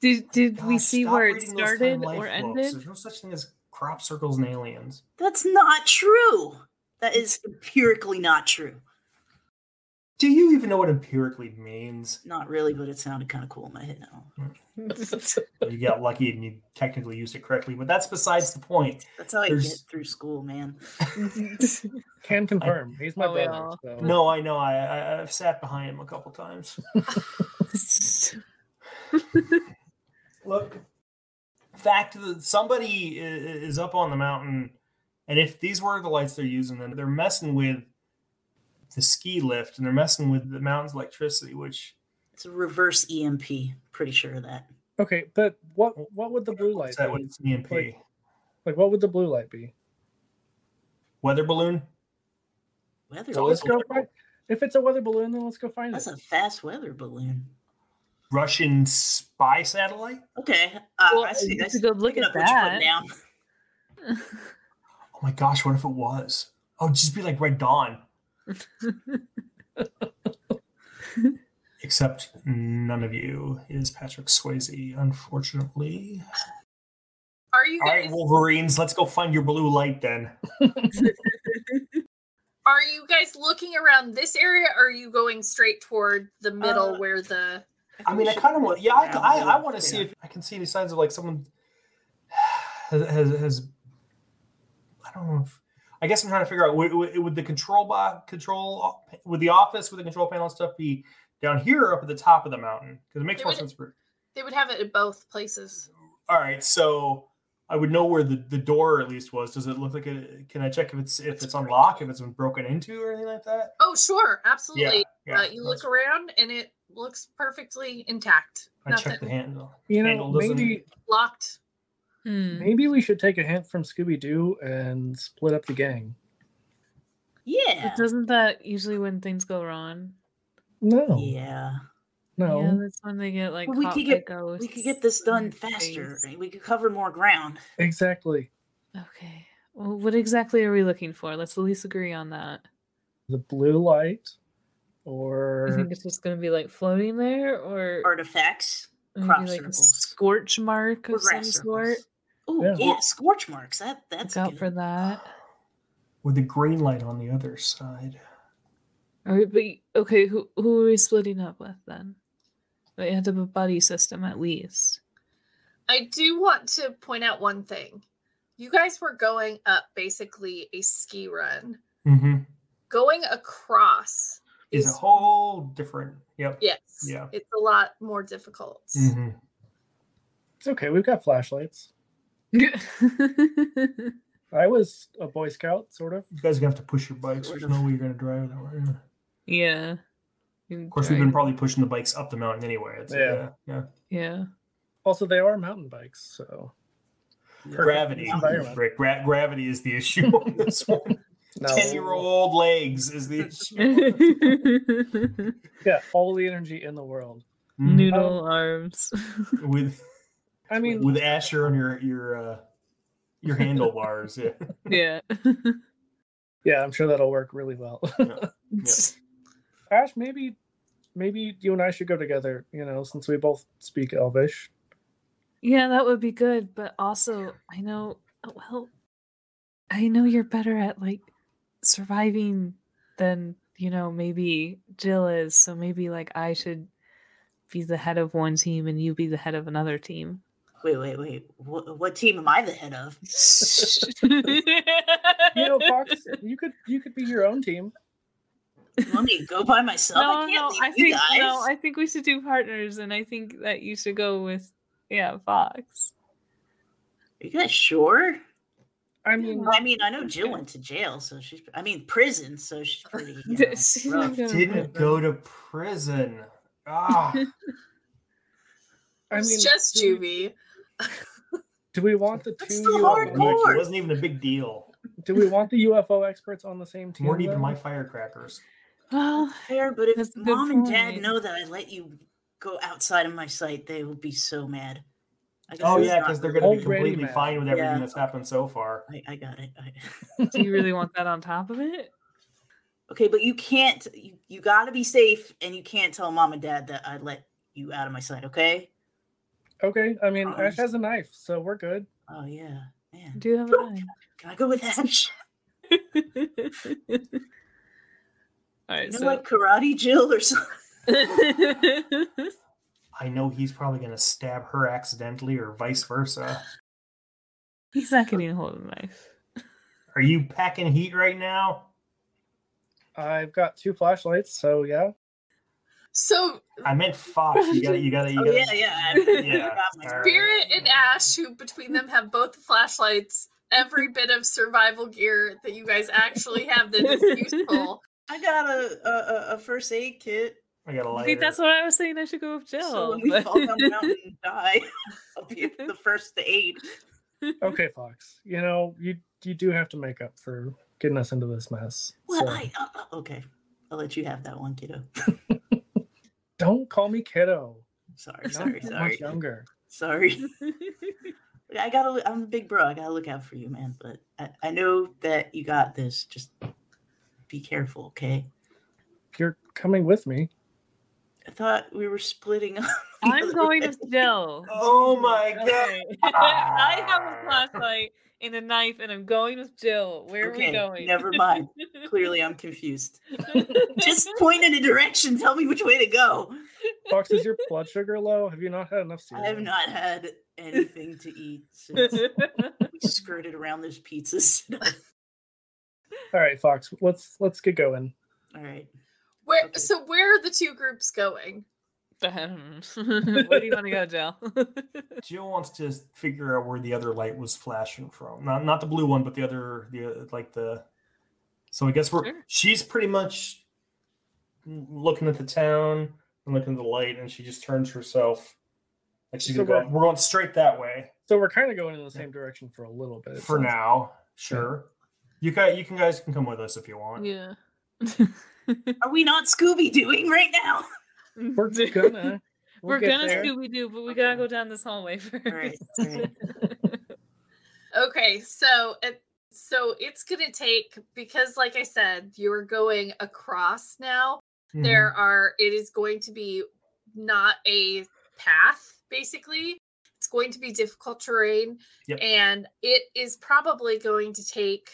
Speaker 3: Did did we
Speaker 6: God,
Speaker 3: see
Speaker 6: stop
Speaker 3: where it
Speaker 6: reading those time
Speaker 3: started
Speaker 6: life
Speaker 3: or
Speaker 6: books.
Speaker 3: ended?
Speaker 6: There's no such thing as crop circles and aliens.
Speaker 5: That's not true. That is empirically not true.
Speaker 6: Do you even know what empirically means?
Speaker 5: Not really, but it sounded kind of cool in my head. Oh, now.
Speaker 6: You got lucky and you technically used it correctly, but that's besides the point.
Speaker 5: That's how I
Speaker 6: There's-
Speaker 5: get through school, man.
Speaker 4: Can confirm. He's my
Speaker 3: Oh, we
Speaker 4: brother.
Speaker 3: all-
Speaker 4: So.
Speaker 6: No, I know. I, I I've sat behind him a couple times. Look, fact that somebody i- i- is up on the mountain, and if these were the lights they're using, then they're messing with the ski lift and they're messing with the mountain's electricity, which
Speaker 5: It's a reverse EMP. Pretty sure of that.
Speaker 4: Okay, but what what would the blue light
Speaker 6: is that what
Speaker 4: be?
Speaker 6: it's E EMP
Speaker 4: Like- Like, what would the blue light be?
Speaker 6: weather balloon.
Speaker 5: Weather.
Speaker 6: So
Speaker 4: Let's
Speaker 6: it's-
Speaker 5: balloon.
Speaker 4: go find. If it's a weather balloon, then let's go find it.
Speaker 5: That's a fast weather balloon.
Speaker 6: Russian spy satellite?
Speaker 5: Okay. Uh,
Speaker 3: Well,
Speaker 5: I see.
Speaker 3: you
Speaker 5: I
Speaker 3: have
Speaker 5: see
Speaker 3: to go look
Speaker 5: picking
Speaker 3: at
Speaker 5: up what you're putting
Speaker 3: that.
Speaker 5: down.
Speaker 6: Oh my gosh, what if it was? Oh, it'd just be like Red Dawn. Except none of you is Patrick Swayze, unfortunately.
Speaker 2: Are you
Speaker 6: All right,
Speaker 2: guys
Speaker 6: Wolverines, let's go find your blue light then.
Speaker 2: are you guys looking around this area or are you going straight toward the middle
Speaker 5: Uh,
Speaker 2: where the
Speaker 5: think
Speaker 6: I
Speaker 5: we
Speaker 6: mean, I
Speaker 5: should
Speaker 6: kind of
Speaker 5: look
Speaker 6: want, yeah, I,
Speaker 5: around the
Speaker 6: I, I
Speaker 5: little
Speaker 6: want to see
Speaker 5: clearer.
Speaker 6: if I can see any signs of like someone has, has, has I don't know if, I guess I'm trying to figure out would, would would the control by control, would the office with the control panel and stuff be down here or up at the top of the mountain? Because it makes
Speaker 2: It
Speaker 6: more
Speaker 2: would-
Speaker 6: sense for,
Speaker 2: they would have it at both places.
Speaker 6: all right, so I would know where the, the door at least was. Does it look like it, can I check if it's, if it's unlocked, if it's been broken into or anything like that?
Speaker 2: Oh sure, absolutely.
Speaker 6: Yeah,
Speaker 2: uh, you look
Speaker 6: that's-
Speaker 2: around and it looks perfectly intact.
Speaker 6: I checked the
Speaker 2: Nothing
Speaker 6: handle.
Speaker 4: You know,
Speaker 6: handle doesn't-
Speaker 4: maybe
Speaker 2: locked.
Speaker 3: Hmm.
Speaker 4: maybe we should take a hint from Scooby Doo and split up the gang.
Speaker 5: Yeah.
Speaker 3: But Doesn't that usually when things go wrong? oh.
Speaker 4: No,
Speaker 5: Yeah.
Speaker 4: no.
Speaker 3: Yeah, that's when they get like
Speaker 5: Well, we
Speaker 3: caught
Speaker 5: could
Speaker 3: by
Speaker 5: get- We could get this
Speaker 3: ghosts
Speaker 5: done
Speaker 3: in the
Speaker 5: faster.
Speaker 3: face.
Speaker 5: right? We could cover more ground.
Speaker 4: Exactly.
Speaker 3: Okay. Well, what exactly are we looking for? Let's at least agree on that.
Speaker 4: The blue light,
Speaker 3: I
Speaker 4: or
Speaker 5: Mm-hmm.
Speaker 3: think it's just gonna be like floating there, or
Speaker 5: Artifacts.
Speaker 3: maybe
Speaker 5: crop
Speaker 3: like a
Speaker 5: circles.
Speaker 3: scorch mark of some
Speaker 5: Progress.
Speaker 3: sort.
Speaker 5: Oh
Speaker 4: Yeah.
Speaker 5: yeah. scorch marks. That that's
Speaker 3: Look out
Speaker 5: good.
Speaker 3: for that.
Speaker 6: With the green light on the other side.
Speaker 3: All right, but y- okay, who who are we splitting up with then? We have to have a buddy system at least.
Speaker 2: I do want to point out one thing. You guys were going up basically a ski run.
Speaker 6: Mm-hmm.
Speaker 2: Going across
Speaker 6: Is a whole different. Yep.
Speaker 2: Yes.
Speaker 6: Yeah.
Speaker 2: It's a lot more difficult.
Speaker 6: Mm-hmm.
Speaker 4: it's okay. We've got flashlights.
Speaker 3: yeah,
Speaker 4: I was a Boy Scout, sort of.
Speaker 6: You guys are gonna have to push your bikes. There's no way you're gonna drive that way. Of
Speaker 3: Of
Speaker 6: course, we've been probably pushing the bikes up the mountain anyway. It's, yeah.
Speaker 4: Yeah.
Speaker 6: yeah.
Speaker 3: Yeah.
Speaker 4: Also, they are mountain bikes, so
Speaker 6: Gravity.
Speaker 4: environment.
Speaker 6: Rick, gra- gravity is the issue on this one.
Speaker 4: no.
Speaker 6: Ten-year-old legs is the issue.
Speaker 3: Noodle
Speaker 4: Yeah, all the energy in the world.
Speaker 6: Mhm.
Speaker 3: arms.
Speaker 6: with
Speaker 4: I mean,
Speaker 6: with Asher on your your uh, your handlebars. Yeah.
Speaker 3: yeah.
Speaker 4: yeah, I'm sure that'll work really well. Ash, maybe, maybe you and I should go together. You know, since we both speak Elvish.
Speaker 3: Yeah, that would be good. But also, I know, oh, well, I know you're better at like surviving than, you know, maybe Jill is. So maybe like I should be the head of one team and you be the head of another team.
Speaker 5: Wait, wait, wait. What, what team am I the head of?
Speaker 4: You know, Fox, you could you could be your own team.
Speaker 5: You want me to go by myself?
Speaker 3: no,
Speaker 5: I can't
Speaker 3: no,
Speaker 5: leave
Speaker 3: I
Speaker 5: you
Speaker 3: think
Speaker 5: guys.
Speaker 3: no, I think we should do partners, and I think that you should go with yeah, Fox.
Speaker 5: Are you guys sure?
Speaker 4: I mean,
Speaker 5: I mean, I know Jill went to jail, so she's. I mean, prison, so she's
Speaker 3: Uh,
Speaker 5: pretty. You know,
Speaker 3: She's not
Speaker 5: rough.
Speaker 3: gonna
Speaker 6: Didn't go to prison. Ah,
Speaker 4: I
Speaker 2: It's
Speaker 4: mean,
Speaker 2: just
Speaker 4: do we-
Speaker 2: juvie.
Speaker 4: Do we want the two?
Speaker 5: That's so
Speaker 6: it
Speaker 4: UFO,
Speaker 5: hardcore.
Speaker 6: wasn't even a big deal.
Speaker 4: do we want the UFO experts on the same team?
Speaker 6: Weren't even
Speaker 4: though?
Speaker 6: my firecrackers.
Speaker 3: Well,
Speaker 5: fair, but if
Speaker 3: That's a good
Speaker 5: mom and dad
Speaker 3: point.
Speaker 5: know that I let you go outside of my sight, they will be so mad. I guess
Speaker 6: Oh
Speaker 5: it's
Speaker 6: yeah,
Speaker 5: not
Speaker 6: because they're
Speaker 5: really-
Speaker 6: going to be
Speaker 4: Already
Speaker 6: completely
Speaker 4: mad.
Speaker 6: fine with everything
Speaker 5: Yeah.
Speaker 6: that's happened so far.
Speaker 5: I, I got it. I...
Speaker 3: do you really want that on top of it?
Speaker 5: Okay, but you can't. You, you got to be safe, and you can't tell mom and dad that I let you out of my sight. Okay.
Speaker 4: Okay, I mean,
Speaker 5: Oh,
Speaker 4: Ash
Speaker 5: just-
Speaker 4: has a knife, so we're good.
Speaker 5: Oh yeah, man.
Speaker 3: Do you have a
Speaker 5: Can I go with Ash?
Speaker 3: knife? All
Speaker 5: You
Speaker 3: right,
Speaker 5: know,
Speaker 3: so
Speaker 5: like Karate Jill or something.
Speaker 6: I know he's probably going to stab her accidentally or vice versa.
Speaker 3: he's not getting a hold of the knife.
Speaker 6: Are you packing heat right now?
Speaker 4: I've got two flashlights, so yeah.
Speaker 2: So
Speaker 6: I meant Fox. You got to You got to You
Speaker 5: Oh
Speaker 6: got
Speaker 5: yeah, yeah. I mean,
Speaker 6: Yeah,
Speaker 5: I forgot my-
Speaker 6: all right.
Speaker 2: Spirit and Ash, who between them have both flashlights, every bit of survival gear that you guys actually have that is useful.
Speaker 5: I got a, a- a a first aid kit.
Speaker 6: I got a lighter.
Speaker 3: Wait, that's what I was saying. I should go with Jill.
Speaker 5: So when we
Speaker 3: but-
Speaker 5: fall down the mountain and die, I'll be the first to aid.
Speaker 4: Okay, Fox. You know, you you do have to make up for getting us into this mess.
Speaker 5: Well,
Speaker 4: so-
Speaker 5: I uh, uh, okay. I'll let you have that one, kiddo.
Speaker 4: Don't call me kiddo.
Speaker 5: Sorry,
Speaker 4: Not
Speaker 5: sorry,
Speaker 4: that much
Speaker 5: sorry,
Speaker 4: Younger.
Speaker 5: sorry. I gotta. look- I'm a big bro. I gotta look out for you, man. But I, I know that you got this. Just be careful, okay?
Speaker 4: You're coming with me.
Speaker 5: I thought we were splitting up. the
Speaker 3: I'm
Speaker 5: other
Speaker 3: going
Speaker 5: way.
Speaker 3: with Jill.
Speaker 6: Oh my god!
Speaker 3: Okay. I have a flashlight and a knife, and I'm going with Jill. Where are
Speaker 5: Okay,
Speaker 3: we going?
Speaker 5: never mind. Clearly, I'm confused. Just point in a direction. Tell me which way to go.
Speaker 4: Fox, is your blood sugar low? Have you not had enough cereal?
Speaker 5: I have not had anything to eat since we skirted around those pizzas.
Speaker 4: All right, Fox. Let's let's get going.
Speaker 5: All right.
Speaker 2: Where
Speaker 5: Okay.
Speaker 2: so where are the two groups going?
Speaker 3: Um, Where do you want to go, Jill?
Speaker 6: Jill wants to figure out where the other light was flashing from. Not not the blue one, but the other the uh, like the. So I guess we're
Speaker 3: Sure.
Speaker 6: she's pretty much looking at the town and looking at the light, and she just turns herself. Like she's
Speaker 4: So
Speaker 6: gonna go.
Speaker 4: we're-
Speaker 6: We're going straight that way
Speaker 4: So we're kind of going in the same direction for a little bit. it
Speaker 6: for
Speaker 4: sounds-
Speaker 6: now. Sure. You guys, you can guys can come with us if you want.
Speaker 3: yeah.
Speaker 5: Are we not Scooby doing right now?
Speaker 4: We're gonna. we'll
Speaker 3: We're
Speaker 4: get
Speaker 3: gonna
Speaker 4: there.
Speaker 3: Scooby Doo, but we gotta
Speaker 5: Okay.
Speaker 3: go down this hallway first.
Speaker 5: All right. All right.
Speaker 2: Okay, so it, so it's gonna take because like I said, you're going across now.
Speaker 6: Mm-hmm.
Speaker 2: There are it is going to be not a path, basically. It's going to be difficult terrain.
Speaker 6: Yep.
Speaker 2: And it is probably going to take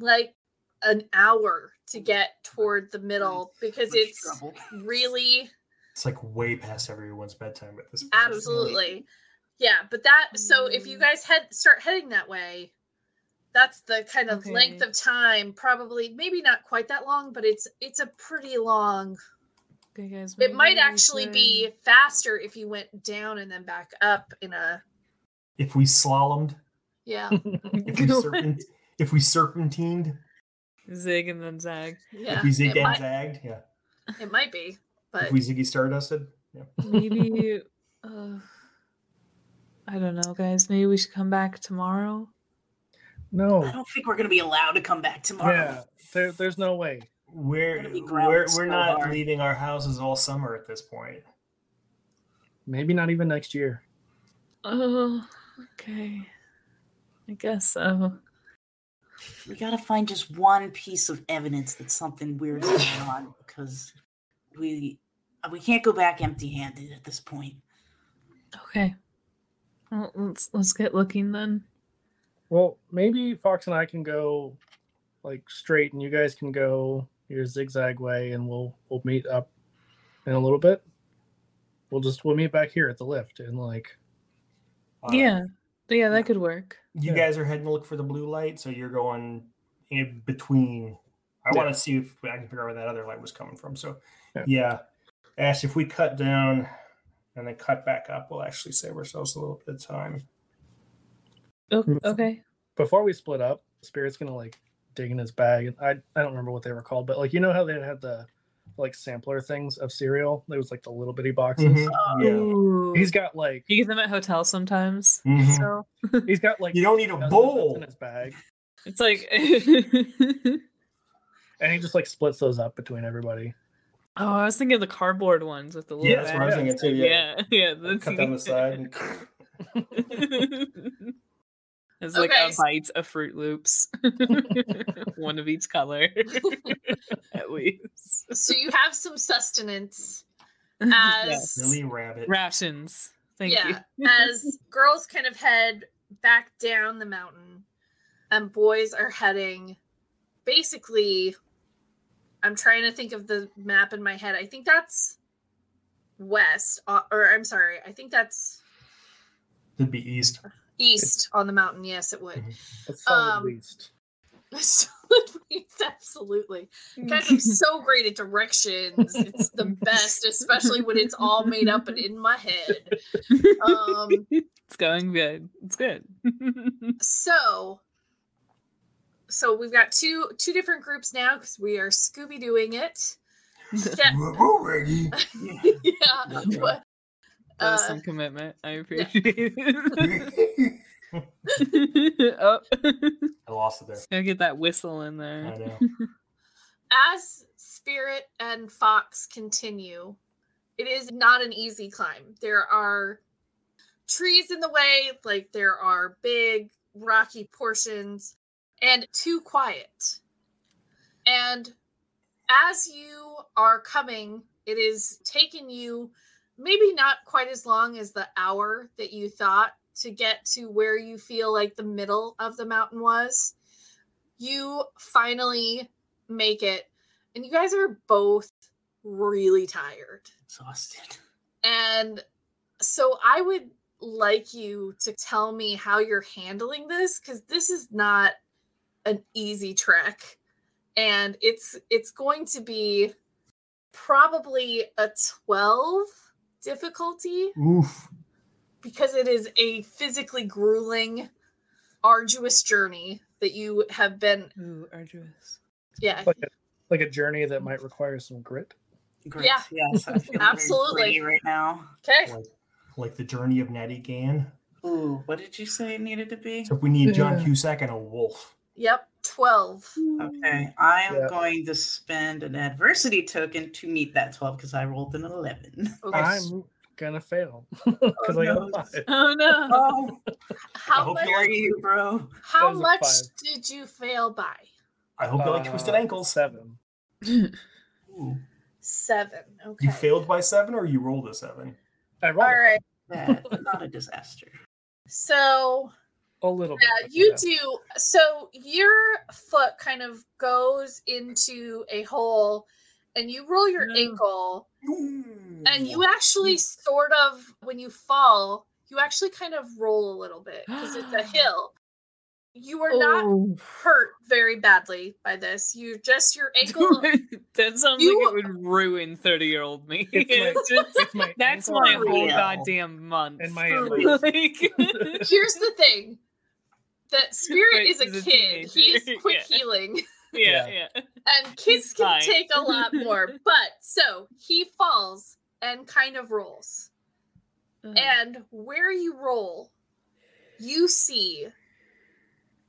Speaker 2: like an hour to get toward the middle because
Speaker 5: Much
Speaker 2: it's
Speaker 5: trouble.
Speaker 2: really
Speaker 6: It's like way past everyone's bedtime at this point.
Speaker 2: Absolutely. Yeah, but that so if you
Speaker 3: Mm.
Speaker 2: guys head start heading that way, that's the kind of length
Speaker 3: Okay.
Speaker 2: of time, probably maybe not quite that long, but it's it's a pretty long.
Speaker 3: Okay, guys,
Speaker 2: It might
Speaker 3: maybe we
Speaker 2: actually be faster if you went down and then back up in a
Speaker 6: If we slalomed,
Speaker 2: yeah,
Speaker 3: should
Speaker 6: if we
Speaker 3: go
Speaker 6: serpent, if we serpentined,
Speaker 3: Zig and then zag.
Speaker 2: yeah.
Speaker 6: if we zigged
Speaker 2: it,
Speaker 6: and
Speaker 2: might,
Speaker 6: zagged, yeah.
Speaker 2: it might be, but
Speaker 6: If we Ziggy Stardusted, yeah.
Speaker 3: Maybe. uh, I don't know, guys. Maybe we should come back tomorrow.
Speaker 5: I
Speaker 4: No.
Speaker 5: don't think we're going to be allowed to come back tomorrow.
Speaker 4: Yeah. There, there's no way.
Speaker 6: We're
Speaker 5: gonna be grounded
Speaker 6: we're
Speaker 5: so
Speaker 6: we're not
Speaker 5: hard.
Speaker 6: leaving our houses all summer at this point.
Speaker 4: Maybe not even next year.
Speaker 3: Oh, okay. I guess so.
Speaker 5: We got to find just one piece of evidence that something weird's going on because we we can't go back empty-handed at this point.
Speaker 3: Okay. Well, let's let's get looking then.
Speaker 4: Well, maybe Fox and I can go like straight, and you guys can go your zigzag way, and we'll we'll meet up in a little bit. We'll just we'll meet back here at the lift, and like
Speaker 6: Uh,
Speaker 3: yeah. Yeah,
Speaker 6: yeah.
Speaker 3: that could work.
Speaker 6: You
Speaker 4: Yeah.
Speaker 6: guys are heading to look for the blue light, so you're going in between. I
Speaker 4: Yeah.
Speaker 6: want to see if I can figure out where that other light was coming from. So, yeah.
Speaker 4: Yeah.
Speaker 6: Ash, if we cut down and then cut back up, we'll actually save ourselves a little bit of time.
Speaker 3: O-
Speaker 4: Mm.
Speaker 3: Okay.
Speaker 4: before we split up, Spirit's gonna like dig in his bag, and I I don't remember what they were called, but like you know how they had the like sampler things of cereal. There was like the little bitty boxes.
Speaker 6: Mm-hmm. Yeah.
Speaker 4: He's got like
Speaker 3: You get them at hotels sometimes.
Speaker 6: Mhm.
Speaker 3: So
Speaker 4: he's got like
Speaker 6: You don't need a
Speaker 4: dozens of
Speaker 6: bowl.
Speaker 4: in his bag,
Speaker 3: it's like
Speaker 4: and he just like splits those up between everybody.
Speaker 3: Oh, I was thinking of the cardboard ones with the little
Speaker 6: Yeah, that's what I was
Speaker 3: bag.
Speaker 6: thinking too. Yeah,
Speaker 3: Yeah, yeah. that's
Speaker 6: cut down the side. And...
Speaker 3: it's like
Speaker 2: Okay,
Speaker 3: a
Speaker 2: s-
Speaker 3: bite of Fruit Loops, one of each color, at least.
Speaker 2: so you have some sustenance
Speaker 3: Yeah.
Speaker 2: as
Speaker 6: Really rabbit.
Speaker 3: rations. Thank
Speaker 2: yeah,
Speaker 3: you.
Speaker 2: as girls kind of head back down the mountain, and boys are heading basically. I'm trying to think of the map in my head. I think that's west, uh, or I'm sorry, I think that's
Speaker 6: It'd be east.
Speaker 2: east on the mountain. Yes, it would.
Speaker 4: That's solid
Speaker 2: Um,
Speaker 4: least.
Speaker 6: Mm-hmm.
Speaker 2: Solid waste, absolutely. Guys, I'm so great at directions. It's the best, especially when it's all made up and in my head. Um,
Speaker 3: it's going good. It's good.
Speaker 2: so so we've got two two different groups now because we are Scooby doing it. Yeah,
Speaker 6: Woo-woo, Reggie.
Speaker 2: yeah. What-
Speaker 3: That was
Speaker 2: uh,
Speaker 3: some commitment. I appreciate it.
Speaker 6: I
Speaker 3: oh,
Speaker 6: lost it there.
Speaker 3: gotta get that whistle in there.
Speaker 6: I know.
Speaker 2: as Spirit and Fox continue, it is not an easy climb. There are trees in the way, like there are big rocky portions, and too quiet. And as you are coming, it is taking you maybe not quite as long as the hour that you thought to get to where you feel like the middle of the mountain was. You finally make it. And you guys are both really tired.
Speaker 5: Exhausted.
Speaker 2: And so I would like you to tell me how you're handling this cuz this is not an easy trek and it's it's going to be probably a 12 difficulty
Speaker 6: Oof.
Speaker 2: because it is a physically grueling arduous journey that you have been
Speaker 3: Ooh, arduous.
Speaker 2: yeah
Speaker 4: Like a, like a journey that might require some grit.
Speaker 5: Great.
Speaker 2: Yeah.
Speaker 5: Yes. I feel very
Speaker 2: Absolutely.
Speaker 5: gritty right now.
Speaker 2: okay
Speaker 6: Like, like the journey of Natty Gann.
Speaker 5: Ooh, what did you say it needed to be?
Speaker 6: Except we need John
Speaker 4: Yeah.
Speaker 6: Cusack and a wolf.
Speaker 2: yep 12
Speaker 5: Okay, I am
Speaker 4: Yeah.
Speaker 5: going to spend an adversity token to meet that 12 because I rolled an 11.
Speaker 2: okay.
Speaker 4: I'm gonna fail because I got
Speaker 5: no.
Speaker 4: a five.
Speaker 3: Oh no.
Speaker 5: Oh,
Speaker 2: how
Speaker 6: hope
Speaker 2: much
Speaker 6: you
Speaker 5: where are you, bro?
Speaker 2: How
Speaker 4: That was a
Speaker 2: much
Speaker 4: five.
Speaker 2: did you fail by?
Speaker 6: I hope you like
Speaker 4: Uh,
Speaker 6: twisted ankles.
Speaker 4: Seven.
Speaker 6: Ooh.
Speaker 2: Seven. Okay.
Speaker 6: You failed by seven or you rolled a seven?
Speaker 4: I rolled
Speaker 2: All right.
Speaker 5: That's not a disaster.
Speaker 2: So
Speaker 4: a little bit.
Speaker 2: yeah,
Speaker 4: but
Speaker 2: you do. So your foot kind of goes into a hole, and you roll your
Speaker 3: No.
Speaker 2: ankle, and you
Speaker 6: Ooh.
Speaker 2: actually sort of when you fall, you actually kind of roll a little bit because it's a hill. You are not
Speaker 3: Oh.
Speaker 2: hurt very badly by this. You just your ankle.
Speaker 3: that sounds
Speaker 2: You-
Speaker 3: like it would ruin 30 year old me.
Speaker 4: It's
Speaker 3: Just-
Speaker 4: It's my
Speaker 3: that's
Speaker 4: ankle
Speaker 3: my
Speaker 5: For
Speaker 3: whole
Speaker 5: real.
Speaker 3: goddamn month.
Speaker 4: And my
Speaker 3: like,
Speaker 2: Here's the thing. That spirit
Speaker 3: Right,
Speaker 2: is a
Speaker 3: he's a
Speaker 2: kid. He is
Speaker 3: teenager.
Speaker 2: quick
Speaker 3: Yeah.
Speaker 2: healing.
Speaker 3: yeah, yeah.
Speaker 2: and kids
Speaker 3: He's
Speaker 2: can
Speaker 3: fine.
Speaker 2: take a lot more. But so he falls and kind of rolls.
Speaker 3: Hmm.
Speaker 2: And where you roll, you see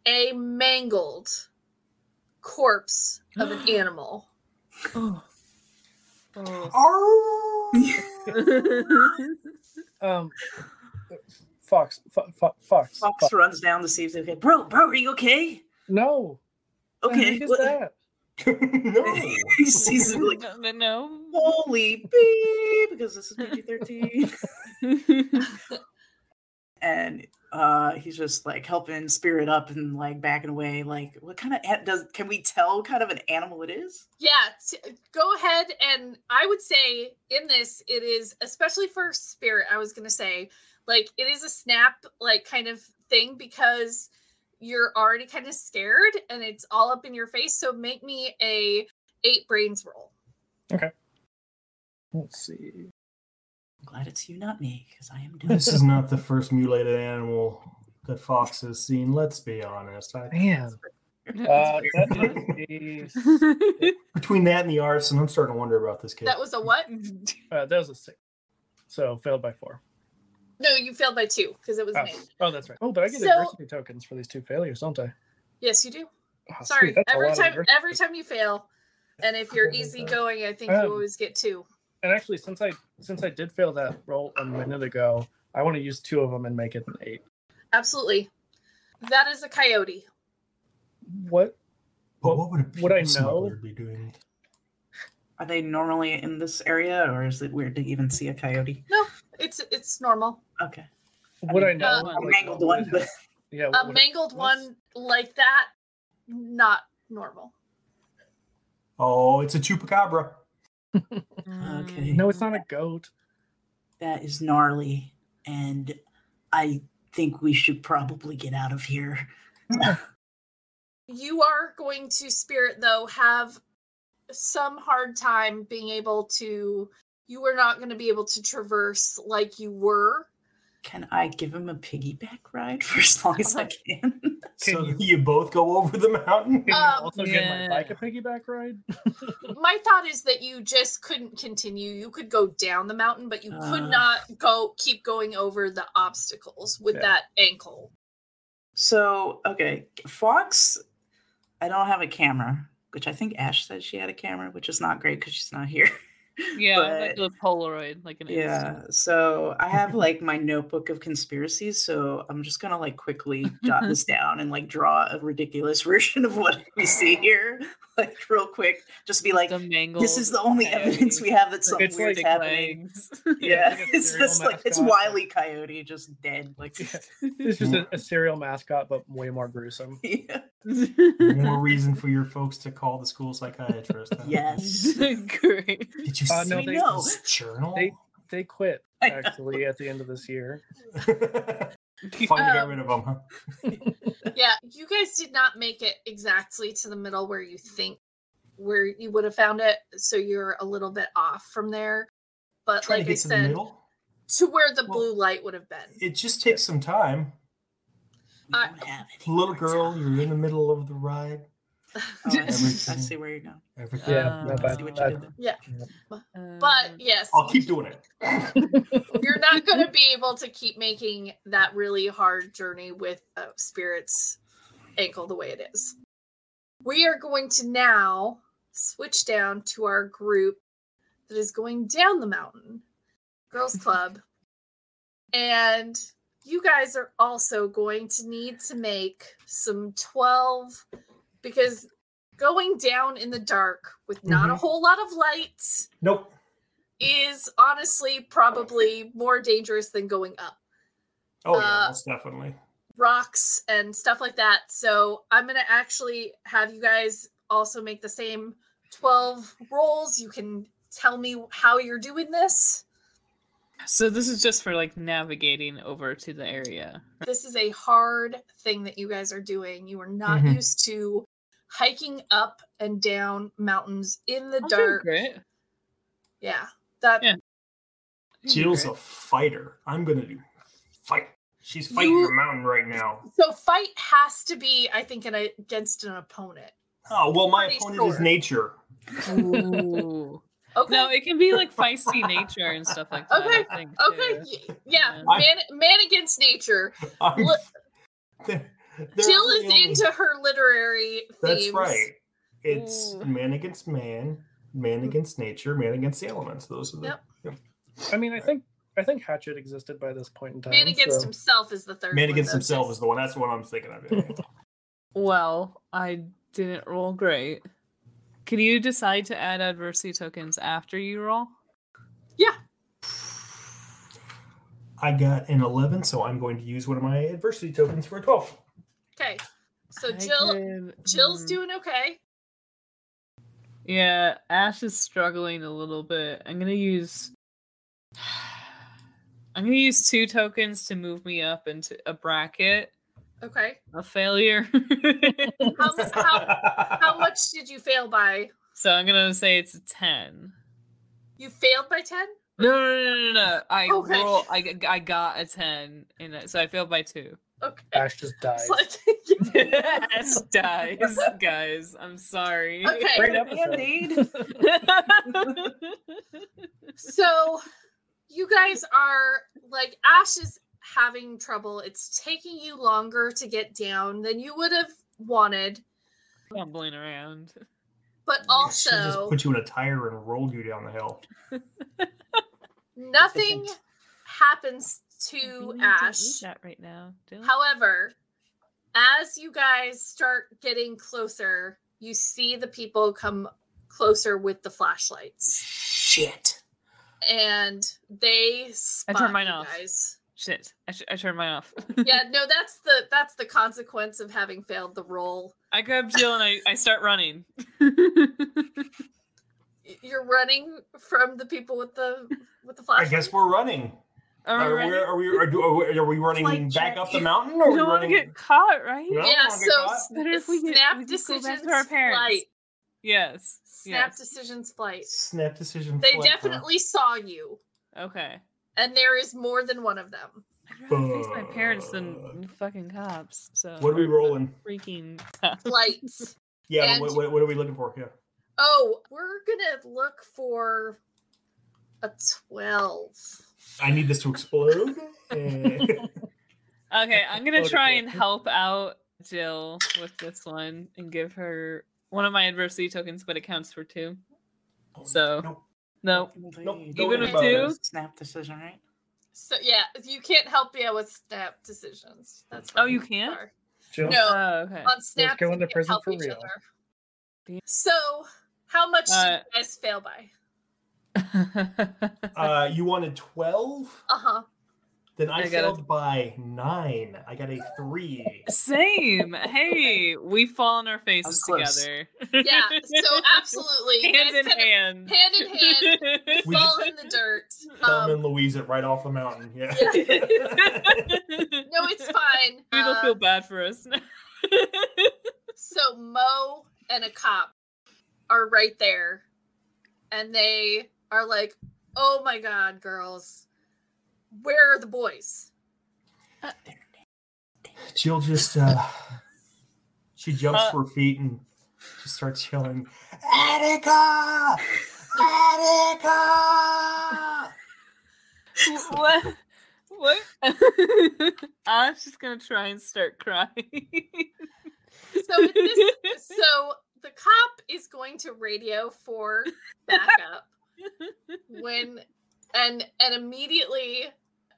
Speaker 2: a mangled corpse of an animal.
Speaker 3: oh. Oh.
Speaker 4: um, Fox, fo- fo- Fox,
Speaker 5: Fox
Speaker 4: Fox.
Speaker 5: runs down to see if they're okay. Bro, bro, are you okay?
Speaker 4: No. the
Speaker 5: Okay.
Speaker 4: heck is
Speaker 5: what-
Speaker 4: that?
Speaker 6: no.
Speaker 5: he sees him like,
Speaker 3: No, no.
Speaker 5: holy beep, because this is PG 13. and uh he's just like helping spirit up and like backing away like what kind of an- does can we tell kind of an animal it is
Speaker 2: Yeah, t- go ahead. And I would say in this, it is, especially for spirit, I was going to say, like, it is a snap, like, kind of thing because you're already kind of scared and it's all up in your face. So make me a eight brains roll.
Speaker 4: Let's see.
Speaker 5: i'm glad it's you not me because i am doing
Speaker 6: This is not the first mutilated animal that Fox has seen. Let's be honest. I,
Speaker 4: Man. Uh, that is a,
Speaker 6: between that and the arson, I'm starting to wonder about this kid.
Speaker 2: That was a what?
Speaker 4: uh, that was a six. So failed by four.
Speaker 2: No, you failed by two because it was
Speaker 4: Oh,
Speaker 2: an eight.
Speaker 4: oh, that's right. Oh, but I get
Speaker 2: So-
Speaker 4: adversity tokens for these two failures, don't I?
Speaker 2: Yes, you do.
Speaker 4: Oh,
Speaker 2: Sorry.
Speaker 4: sweet, that's a
Speaker 2: every
Speaker 4: lot of
Speaker 2: time,
Speaker 4: adversity.
Speaker 2: every time you fail, and if you're
Speaker 4: Oh my God.
Speaker 2: easygoing, I think
Speaker 4: Um,
Speaker 2: you always get two.
Speaker 4: And actually, since I since I did fail that roll a minute ago, I want to use two of them and make it an eight.
Speaker 2: Absolutely. That is a coyote.
Speaker 4: What?
Speaker 6: but what would a
Speaker 4: Would I
Speaker 6: people smuggler
Speaker 4: know?
Speaker 6: be doing?
Speaker 5: are they normally in this area or is it weird to even see a coyote
Speaker 2: It's it's normal.
Speaker 5: Okay.
Speaker 4: Would I
Speaker 5: mean,
Speaker 4: know?
Speaker 2: uh,
Speaker 4: like,
Speaker 5: A mangled one, but
Speaker 4: yeah.
Speaker 2: A
Speaker 4: would I-
Speaker 2: mangled one like that, not normal.
Speaker 6: Oh, it's a chupacabra.
Speaker 5: Okay.
Speaker 4: No, it's not a goat.
Speaker 5: that is gnarly, and I think we should probably get out of here.
Speaker 2: You are going to spirit though have some hard time being able to you are not going to be able to traverse like you were.
Speaker 5: Can I give him a piggyback ride for as long as I can?
Speaker 6: So
Speaker 4: Can
Speaker 6: you both go over the mountain.
Speaker 4: Can you
Speaker 2: Um,
Speaker 4: also give my
Speaker 3: yeah.
Speaker 4: bike a piggyback ride?
Speaker 2: My thought is that you just couldn't continue. You could go down the mountain, but you
Speaker 5: Uh.
Speaker 2: could not go keep going over the obstacles with
Speaker 4: Yeah.
Speaker 2: that ankle.
Speaker 5: So, okay, Fox, I don't have a camera, which I think Ash said she had a camera, which is not great because she's not here.
Speaker 3: Yeah,
Speaker 5: But-
Speaker 3: like a Polaroid, like an
Speaker 5: yeah.
Speaker 3: instant.
Speaker 5: So I have like my notebook of conspiracies. So I'm just gonna like quickly jot this down and like draw a ridiculous version of what we see here, like real quick. Just be like,
Speaker 3: the mangled.
Speaker 5: this is the only evidence we
Speaker 3: coyote,
Speaker 5: have that
Speaker 3: the
Speaker 5: something
Speaker 4: It's
Speaker 5: weird's
Speaker 3: stick
Speaker 5: happening.
Speaker 3: legs.
Speaker 5: Yeah,
Speaker 4: it's like a
Speaker 5: it's
Speaker 4: serial
Speaker 5: just like it's
Speaker 4: mascot.
Speaker 5: Wiley Coyote just dead. Like,
Speaker 4: It's just a, a serial mascot, but way more gruesome.
Speaker 5: yeah.
Speaker 6: More reason for your folks to call the school psychiatrist. huh?
Speaker 5: yes.
Speaker 3: Great.
Speaker 6: Did you
Speaker 4: Uh,
Speaker 6: see
Speaker 4: no,
Speaker 5: they-
Speaker 6: this journal?
Speaker 4: They they quit
Speaker 5: I know.
Speaker 4: actually at the end of this year.
Speaker 6: Fun to get
Speaker 2: Um,
Speaker 6: rid of them, huh?
Speaker 2: yeah, you guys did not make it exactly to the middle where you think where you would have found it, so you're a little bit off from there. But
Speaker 6: Trying
Speaker 2: like
Speaker 6: to
Speaker 2: I
Speaker 6: get to the
Speaker 2: said,
Speaker 6: middle.
Speaker 2: to where the
Speaker 6: Well,
Speaker 2: blue light would have been.
Speaker 6: It just takes some time.
Speaker 5: We
Speaker 2: Uh,
Speaker 5: don't have any
Speaker 6: Little
Speaker 5: more
Speaker 6: girl,
Speaker 5: time.
Speaker 6: you're in the middle of the ride.
Speaker 5: Oh, I see- I
Speaker 6: Everything.
Speaker 5: see where you're going.
Speaker 6: Everything.
Speaker 4: Yeah,
Speaker 3: Uh,
Speaker 4: not
Speaker 5: I
Speaker 4: bad.
Speaker 5: see what you
Speaker 4: bad.
Speaker 5: did there.
Speaker 2: But yes,
Speaker 6: I'll keep doing it.
Speaker 2: you're not going to be able to keep making that really hard journey with uh, spirits ankle the way it is. We are going to now switch down to our group that is going down the mountain, Girls Club. and you guys are also going to need to make some 12 because going down in the dark with not a whole lot of lights
Speaker 6: Nope.
Speaker 2: is honestly probably more dangerous than going up
Speaker 6: Oh, yeah,
Speaker 2: Uh,
Speaker 6: most definitely.
Speaker 2: rocks and stuff like that. So I'm going to actually have you guys also make the same 12 rolls. You can tell me how you're doing this.
Speaker 3: So this is just for like navigating over to the area.
Speaker 2: This is a hard thing that you guys are doing. You are not
Speaker 3: Mm-hmm.
Speaker 6: Mhm.
Speaker 2: used to hiking up and down mountains in the
Speaker 3: I'll do
Speaker 2: dark.
Speaker 3: Grit.
Speaker 2: Yeah. That
Speaker 3: Yeah. I'll do
Speaker 6: Jill's a
Speaker 3: grit.
Speaker 6: fighter. I'm gonna do fight. She's fighting
Speaker 2: You-
Speaker 6: the mountain right now.
Speaker 2: so fight has to be I think an, against an opponent.
Speaker 6: Oh well, my
Speaker 2: Pretty
Speaker 6: opponent is
Speaker 2: sure.
Speaker 6: nature.
Speaker 3: Ooh.
Speaker 2: Okay.
Speaker 3: No, it can be like feisty nature and stuff like that.
Speaker 2: Okay,
Speaker 3: I think,
Speaker 2: Okay,
Speaker 3: too.
Speaker 2: y- yeah,
Speaker 3: Yeah.
Speaker 6: I-
Speaker 2: man, man against nature.
Speaker 6: I'm,
Speaker 2: Look,
Speaker 6: they're- they're
Speaker 2: Jill is
Speaker 6: really-
Speaker 2: into her literary
Speaker 6: That's
Speaker 2: themes.
Speaker 6: right. It's
Speaker 3: Ooh.
Speaker 6: man against man, man against nature, man against the elements. Those are the.
Speaker 2: Yep.
Speaker 4: I mean, I think I think Hatchet existed by this point in time.
Speaker 2: Man against
Speaker 4: so-
Speaker 2: himself is the third.
Speaker 6: Man
Speaker 2: one,
Speaker 6: against
Speaker 2: though,
Speaker 6: himself
Speaker 2: just-
Speaker 6: is the one. That's the one I'm thinking of. yeah, yeah.
Speaker 3: Well, I didn't roll great. Can you decide to add adversity tokens after you roll?
Speaker 6: I got an 11, so I'm going to use one of my adversity tokens for a 12.
Speaker 2: Okay, so
Speaker 3: I
Speaker 2: Jill,
Speaker 3: could-
Speaker 2: Jill's
Speaker 3: hmm.
Speaker 2: doing okay.
Speaker 3: Yeah, Ash is struggling a little bit. I'm gonna use. I'm gonna use two tokens to move me up into a bracket.
Speaker 2: Okay,
Speaker 3: A failure.
Speaker 2: how, mu- how, how much did you fail by?
Speaker 3: so I'm gonna say it's a ten.
Speaker 2: You failed by ten.
Speaker 3: No, no, no, no, no. I
Speaker 2: Okay.
Speaker 3: roll. I, g- I got a ten, and I- so I failed by two.
Speaker 2: Okay,
Speaker 4: Ash just died.
Speaker 2: It's like-
Speaker 3: Ash dies, guys. I'm sorry.
Speaker 2: okay.
Speaker 4: Great episode.
Speaker 5: Band-Aid.
Speaker 2: so you guys are like ash is having trouble it's taking you longer to get down than you would have wanted
Speaker 3: Fumbling around.
Speaker 2: but
Speaker 6: She just
Speaker 2: also
Speaker 6: put you in a tire and rolled you down the hill.
Speaker 2: nothing happens to ash
Speaker 3: That right now. Dylan.
Speaker 2: however as you guys start getting closer you see the people come closer with the flashlights
Speaker 5: Shit.
Speaker 2: and they spot
Speaker 3: mine
Speaker 2: you
Speaker 3: off.
Speaker 2: guys.
Speaker 3: Shit, I, sh- I turned mine off.
Speaker 2: yeah, no, that's the that's the consequence of having failed the roll.
Speaker 3: I grab Jill and I, I start running.
Speaker 2: Y- You're running from the people with the with the
Speaker 6: I
Speaker 2: flashlight.
Speaker 6: guess we're running.
Speaker 3: Are we
Speaker 6: Are,
Speaker 3: ready?
Speaker 6: we, are we are, do- are we, are we running
Speaker 5: Flight
Speaker 6: back
Speaker 5: check.
Speaker 6: up the mountain? Or are
Speaker 3: we
Speaker 6: we
Speaker 3: don't want to
Speaker 6: running?
Speaker 3: get caught, right?
Speaker 6: No.
Speaker 2: yeah,
Speaker 6: I'll get
Speaker 2: so
Speaker 6: caught.
Speaker 2: s-
Speaker 3: Better if we get-
Speaker 2: snap
Speaker 3: we just go back
Speaker 2: decisions
Speaker 3: to our parents.
Speaker 2: flight.
Speaker 3: Yes.
Speaker 2: Snap
Speaker 3: Yes.
Speaker 2: decisions flight.
Speaker 6: Snap decision.
Speaker 2: They
Speaker 6: flight, huh?
Speaker 2: definitely saw you,
Speaker 3: Okay.
Speaker 2: and there is more than one of them.
Speaker 3: I'd rather face my parents than
Speaker 6: Fuck.
Speaker 3: fucking cops. So
Speaker 6: Uh, What are we rolling?
Speaker 3: Freaking cops.
Speaker 2: Flights.
Speaker 6: Yeah.
Speaker 2: And-
Speaker 6: What, what, what are we looking for? Yeah.
Speaker 2: oh, we're gonna look for a twelve.
Speaker 6: I need this to explode. Eh.
Speaker 3: Okay, I'm gonna
Speaker 4: Photo
Speaker 3: try and
Speaker 4: booth.
Speaker 3: help out Jill with this one and give her one of my adversity tokens, but it counts for two. So-
Speaker 6: Nope.
Speaker 3: No,
Speaker 6: Nope,
Speaker 3: don't Even
Speaker 5: a
Speaker 3: worry about two? it.
Speaker 5: snap decision, right?
Speaker 2: So yeah, you can't help yeah with snap decisions. That's
Speaker 3: Oh,
Speaker 2: what
Speaker 3: you
Speaker 2: these
Speaker 3: can't?
Speaker 2: are.
Speaker 4: Jill,
Speaker 2: No.
Speaker 3: Oh, okay.
Speaker 2: on Snap.
Speaker 4: going
Speaker 2: you
Speaker 4: to
Speaker 2: can't
Speaker 4: prison
Speaker 2: help
Speaker 4: for
Speaker 2: each
Speaker 4: real.
Speaker 2: other.
Speaker 3: Damn.
Speaker 2: So, how much
Speaker 3: Uh,
Speaker 2: did you guys fail by?
Speaker 6: Uh, you wanted twelve.
Speaker 2: Uh huh.
Speaker 6: Then I,
Speaker 3: I got a-
Speaker 6: failed by nine. I got a three.
Speaker 3: Same. Hey, we fall on our faces
Speaker 5: close.
Speaker 3: together.
Speaker 2: Yeah. So absolutely, you
Speaker 3: hand
Speaker 2: guys
Speaker 3: in
Speaker 2: kinda
Speaker 3: hand.
Speaker 2: hand in hand,
Speaker 6: We
Speaker 2: fall
Speaker 6: just-
Speaker 2: in the didirt.
Speaker 6: Thelma and
Speaker 2: Um,
Speaker 6: Louise it right off the mountain. Yeah.
Speaker 2: no, it's fine.
Speaker 3: People
Speaker 2: Uh,
Speaker 3: feel bad for us.
Speaker 2: so Mo and a cop are right there, and they are like, "Oh my god, girls, where are the boys?"
Speaker 6: Jill just uh, she jumps
Speaker 3: Uh,
Speaker 6: to her feet and just starts yelling, "Attica! Attica!"
Speaker 3: what? What? I'm just gonna try and start crying.
Speaker 2: So at this, so the cop is going to radio for backup when and and immediately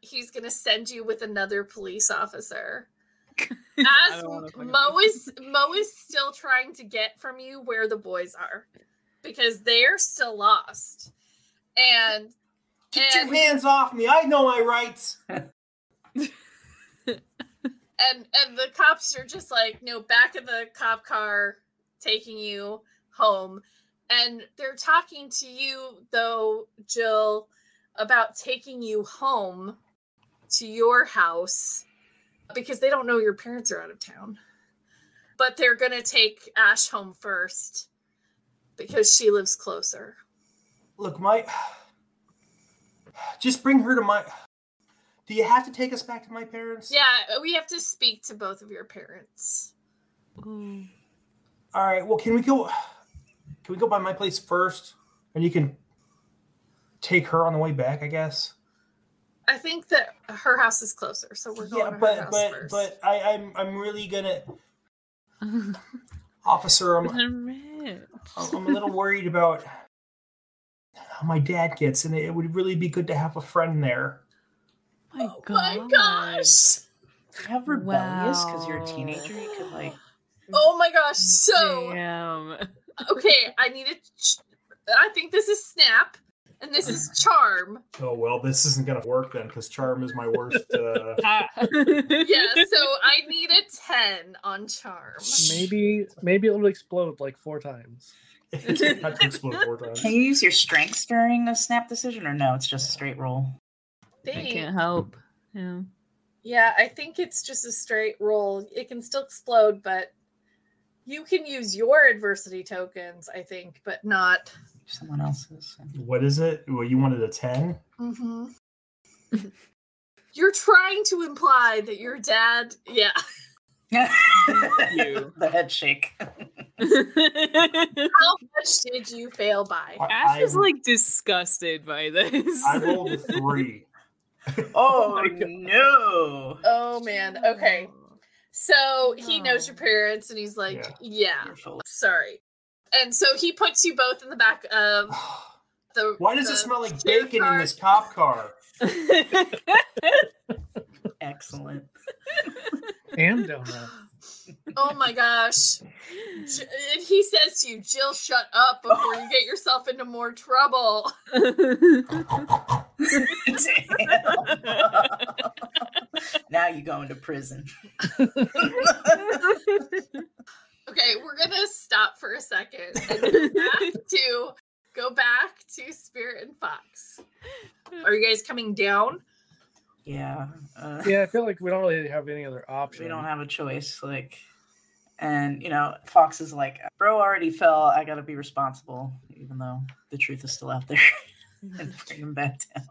Speaker 2: he's going to send you with another police officer. As
Speaker 3: don't wanna fucking
Speaker 2: Mo
Speaker 3: do
Speaker 2: is Mo is still trying to get from you where the boys are because they're still lost. And
Speaker 6: Get
Speaker 2: And-
Speaker 6: your hands off me! I know my rights.
Speaker 2: and and the cops are just like you know back of the cop car taking you home and they're talking to you though jill about taking you home to your house because they don't know your parents are out of town but they're going to take ash home first because she lives closer
Speaker 6: Look, my. Just bring her to my. Do you have to take us back to my parents?
Speaker 2: yeah we have to speak to both of your parents
Speaker 3: Ooh.
Speaker 6: All right. Well, can we go? Can we go by my place first, and you can take her on the way back? I guess.
Speaker 2: i think that her house is closer so we're going
Speaker 6: yeah,
Speaker 2: to her
Speaker 6: but
Speaker 2: house
Speaker 6: but
Speaker 2: first.
Speaker 6: but I, I'm I'm really gonna, officer. I'm
Speaker 3: I'm rich. Oh
Speaker 6: I'm a little worried about how my dad gets, and it would really be good to have a friend there.
Speaker 3: My
Speaker 2: oh my gosh
Speaker 5: Do you have rebellious because you're
Speaker 3: Wow.
Speaker 5: a teenager? You could like
Speaker 2: Oh my gosh. So,
Speaker 3: Damn.
Speaker 2: okay, I need to. Ch- I think this is Snap and this is Charm.
Speaker 6: Oh well, this isn't gonna work then, because charm is my worst. Uh...
Speaker 3: Ah.
Speaker 2: Yeah, so I need a 10 on Charm.
Speaker 4: maybe maybe it'll explode like four times.
Speaker 6: it's gonna have to explode four times.
Speaker 5: Can you use your strengths during a snap decision, or no? It's just a straight roll.
Speaker 3: I
Speaker 2: Thanks.
Speaker 3: can't help. Yeah.
Speaker 2: Yeah, I think it's just a straight roll. It can still explode, but you can use your adversity tokens, I think, but not.
Speaker 5: Someone else's.
Speaker 6: What is it? Well, you wanted a ten.
Speaker 2: hmm You're trying to imply that your dad. Yeah.
Speaker 3: You.
Speaker 5: the head shake.
Speaker 2: How much did you fail by?
Speaker 3: Ash is
Speaker 6: I-
Speaker 3: like disgusted by this.
Speaker 6: I rolled a three.
Speaker 5: Oh,
Speaker 4: my God.
Speaker 5: no!
Speaker 2: Oh, man. Okay. So he knows
Speaker 3: No.
Speaker 2: your parents and he's like,
Speaker 6: Yeah.
Speaker 2: yeah.
Speaker 5: You're full of-
Speaker 2: sorry. And so he puts you both in the back of the.
Speaker 6: Why does
Speaker 2: the
Speaker 6: it smell like
Speaker 2: share
Speaker 6: bacon in
Speaker 2: car.
Speaker 6: this cop car?
Speaker 5: excellent.
Speaker 4: And donut.
Speaker 2: Oh my gosh. J- and he says to you, Jill, shut up before you get yourself into more trouble.
Speaker 5: now you're going to prison.
Speaker 2: Okay, we're gonna stop for a second and go back to go back to Spirit and Fox. Are you guys coming down?
Speaker 5: yeah. Uh,
Speaker 4: Yeah, I feel like we don't really have any other option.
Speaker 5: We don't have a choice. Like, and you know, Fox is like, bro already fell. I gotta be responsible, even though the truth is still out there, and bring him back down.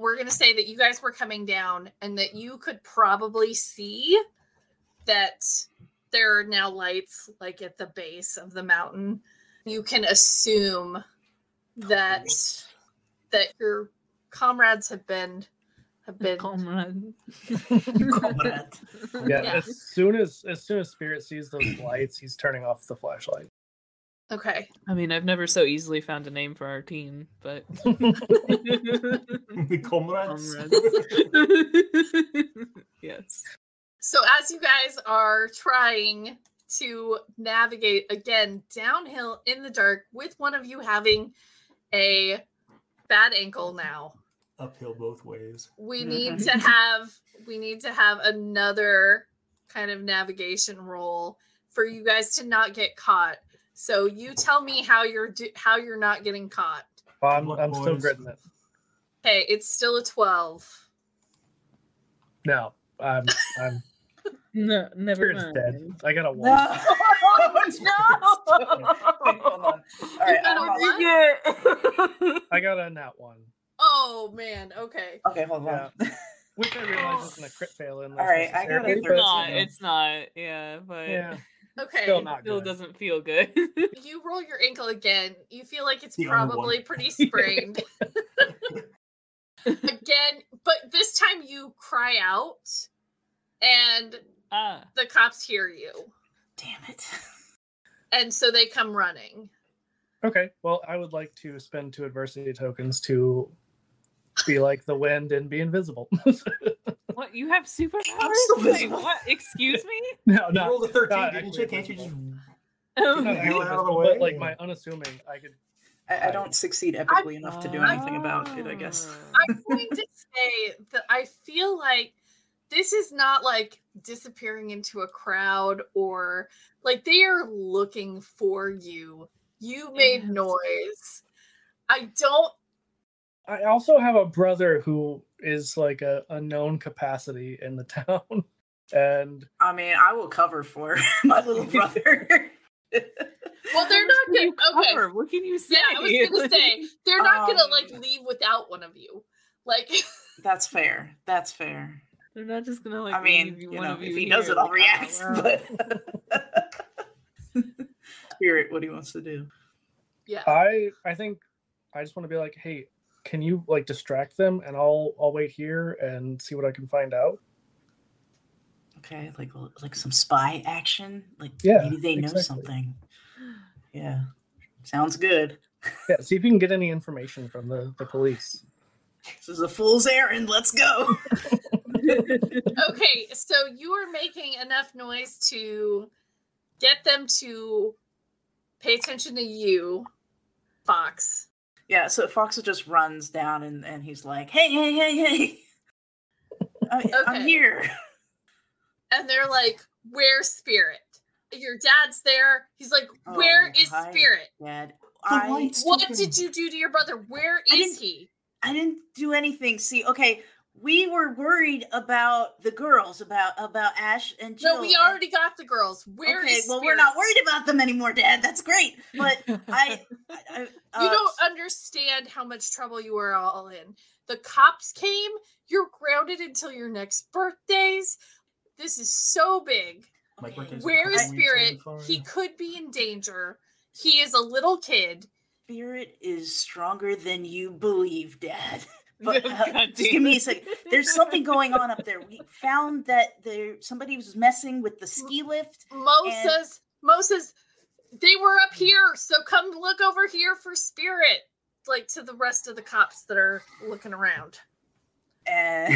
Speaker 2: We're gonna say that you guys were coming down and that you could probably see that there are now lights like at the base of the mountain. You can assume that that your comrades have been have been
Speaker 3: Comrade.
Speaker 5: Comrade.
Speaker 4: Yeah,
Speaker 2: Yeah.
Speaker 4: As soon as as soon as Spirit sees those lights, he's turning off the flashlight.
Speaker 2: okay.
Speaker 3: I mean, I've never so easily found a name for our team, but.
Speaker 6: the comrades.
Speaker 3: Comrades. yes.
Speaker 2: So as you guys are trying to navigate again downhill in the dark with one of you having a bad ankle now.
Speaker 6: Uphill both ways.
Speaker 2: We need to have we need to have another kind of navigation roll for you guys to not get caught. So you tell me how you're do, how you're not getting caught.
Speaker 4: Well, I'm,
Speaker 6: Look,
Speaker 4: I'm still
Speaker 6: boys.
Speaker 4: gritting it.
Speaker 2: Okay, it's still a 12.
Speaker 4: No, I'm I'm
Speaker 3: No, never
Speaker 4: Spirit's
Speaker 3: mind.
Speaker 4: dead. I gotta
Speaker 5: No,
Speaker 4: walk.
Speaker 5: no. Wait, hold on. All right,
Speaker 2: gotta
Speaker 5: I'm all-
Speaker 2: what?
Speaker 4: I got a nat one,
Speaker 2: Oh man, okay.
Speaker 5: okay, hold on.
Speaker 4: which I realize is gonna crit fail in.
Speaker 5: All right, I got a
Speaker 3: It's
Speaker 5: Thirteen.
Speaker 3: not. It's not. Yeah, but
Speaker 4: Yeah,
Speaker 2: Okay.
Speaker 4: still not
Speaker 3: still
Speaker 4: good.
Speaker 3: doesn't feel good.
Speaker 2: you roll your ankle again. You feel like it's
Speaker 6: The only one.
Speaker 2: probably pretty sprained. again, but this time you cry out and
Speaker 3: ah.
Speaker 2: the cops hear you.
Speaker 5: Damn it.
Speaker 2: And so they come running.
Speaker 4: Okay, well, I would like to spend two adversity tokens to be like the wind and be invisible.
Speaker 3: What? You have superpowers?
Speaker 5: still
Speaker 3: Wait,
Speaker 5: visible.
Speaker 3: what? Excuse me?
Speaker 4: no,
Speaker 6: you
Speaker 4: no,
Speaker 6: rolled a 13,
Speaker 4: not
Speaker 6: didn't
Speaker 4: actually
Speaker 6: you? Can't you just.
Speaker 4: not
Speaker 3: Oh,
Speaker 4: actually
Speaker 6: Get out of the
Speaker 4: invisible,
Speaker 6: way.
Speaker 4: but like my unassuming, I could.
Speaker 5: I, I don't succeed epically enough to do anything about it, I guess.
Speaker 3: Ah.
Speaker 2: I'm going to say that I feel like this is not like disappearing into a crowd or like they are looking for you. You made
Speaker 3: Yes.
Speaker 2: noise. I don't
Speaker 4: I also have a brother who is like a, a known capacity in the town, and
Speaker 5: I mean, I will cover for my little brother.
Speaker 2: Well, they're
Speaker 3: What
Speaker 2: not
Speaker 3: can
Speaker 2: gonna-
Speaker 3: you
Speaker 2: okay.
Speaker 3: cover? Oh. What can you say?
Speaker 2: Yeah, I was gonna say they're not gonna like
Speaker 5: Um,
Speaker 2: leave without one of you. Like
Speaker 5: That's fair. That's fair.
Speaker 3: They're not just gonna like.
Speaker 5: I mean,
Speaker 3: leave
Speaker 5: you
Speaker 3: one
Speaker 5: know,
Speaker 3: of
Speaker 5: if
Speaker 3: you
Speaker 5: he does
Speaker 3: here,
Speaker 5: it, I'll
Speaker 3: like,
Speaker 5: react.
Speaker 3: out loud.
Speaker 5: But spirit, what he wants to do.
Speaker 2: yeah.
Speaker 3: Uh.
Speaker 4: I I think I just want to be like, hey, can you like distract them, and I'll I'll wait here and see what I can find out.
Speaker 5: Okay, like like some spy action. Like
Speaker 4: Yeah,
Speaker 5: maybe they know
Speaker 4: exactly.
Speaker 5: something. Yeah, sounds good.
Speaker 4: Yeah, see if you can get any information from the the police.
Speaker 5: This is a fool's errand. Let's go.
Speaker 2: Okay, so you are making enough noise to get them to pay attention to you, Fox.
Speaker 5: Yeah, so Fox just runs down and, and he's like, hey, hey, hey, hey. I,
Speaker 2: Okay.
Speaker 5: I'm here.
Speaker 2: And they're like, Where's Spirit? Your dad's there. He's like, Where
Speaker 5: Oh,
Speaker 2: is
Speaker 5: hi.
Speaker 2: Spirit?
Speaker 5: Dad,
Speaker 6: The
Speaker 5: I,
Speaker 6: lights
Speaker 2: What
Speaker 6: don't-
Speaker 2: did you do to your brother? Where
Speaker 5: I
Speaker 2: is
Speaker 5: didn't-
Speaker 2: he?
Speaker 5: I didn't do anything. See, okay, we were worried about the girls, about about Ash and Jill.
Speaker 2: No, we
Speaker 5: and-
Speaker 2: already got the girls. Where is
Speaker 5: okay, well, we're not
Speaker 2: Spirit?
Speaker 5: worried about them anymore, Dad. That's great. But I, I, I
Speaker 2: You
Speaker 5: uh,
Speaker 2: don't understand how much trouble you were all in. The cops came. You're grounded until your next birthdays. This is so big.
Speaker 3: uh,
Speaker 6: My birthday's in
Speaker 2: Where
Speaker 6: couple
Speaker 2: is
Speaker 6: weeks, I'll be
Speaker 2: Spirit?
Speaker 6: fine.
Speaker 2: He could be in danger. He is a little kid.
Speaker 5: Spirit is stronger than you believe, Dad.
Speaker 3: God
Speaker 5: But uh,
Speaker 3: damn
Speaker 5: just give me a
Speaker 3: it.
Speaker 5: second. There's something going on up there. We found that there somebody was messing with the ski lift.
Speaker 2: Mo
Speaker 5: And-
Speaker 2: says, Mo says, they were up here, so come look over here for Spirit. Like to the rest of the cops that are looking around.
Speaker 5: and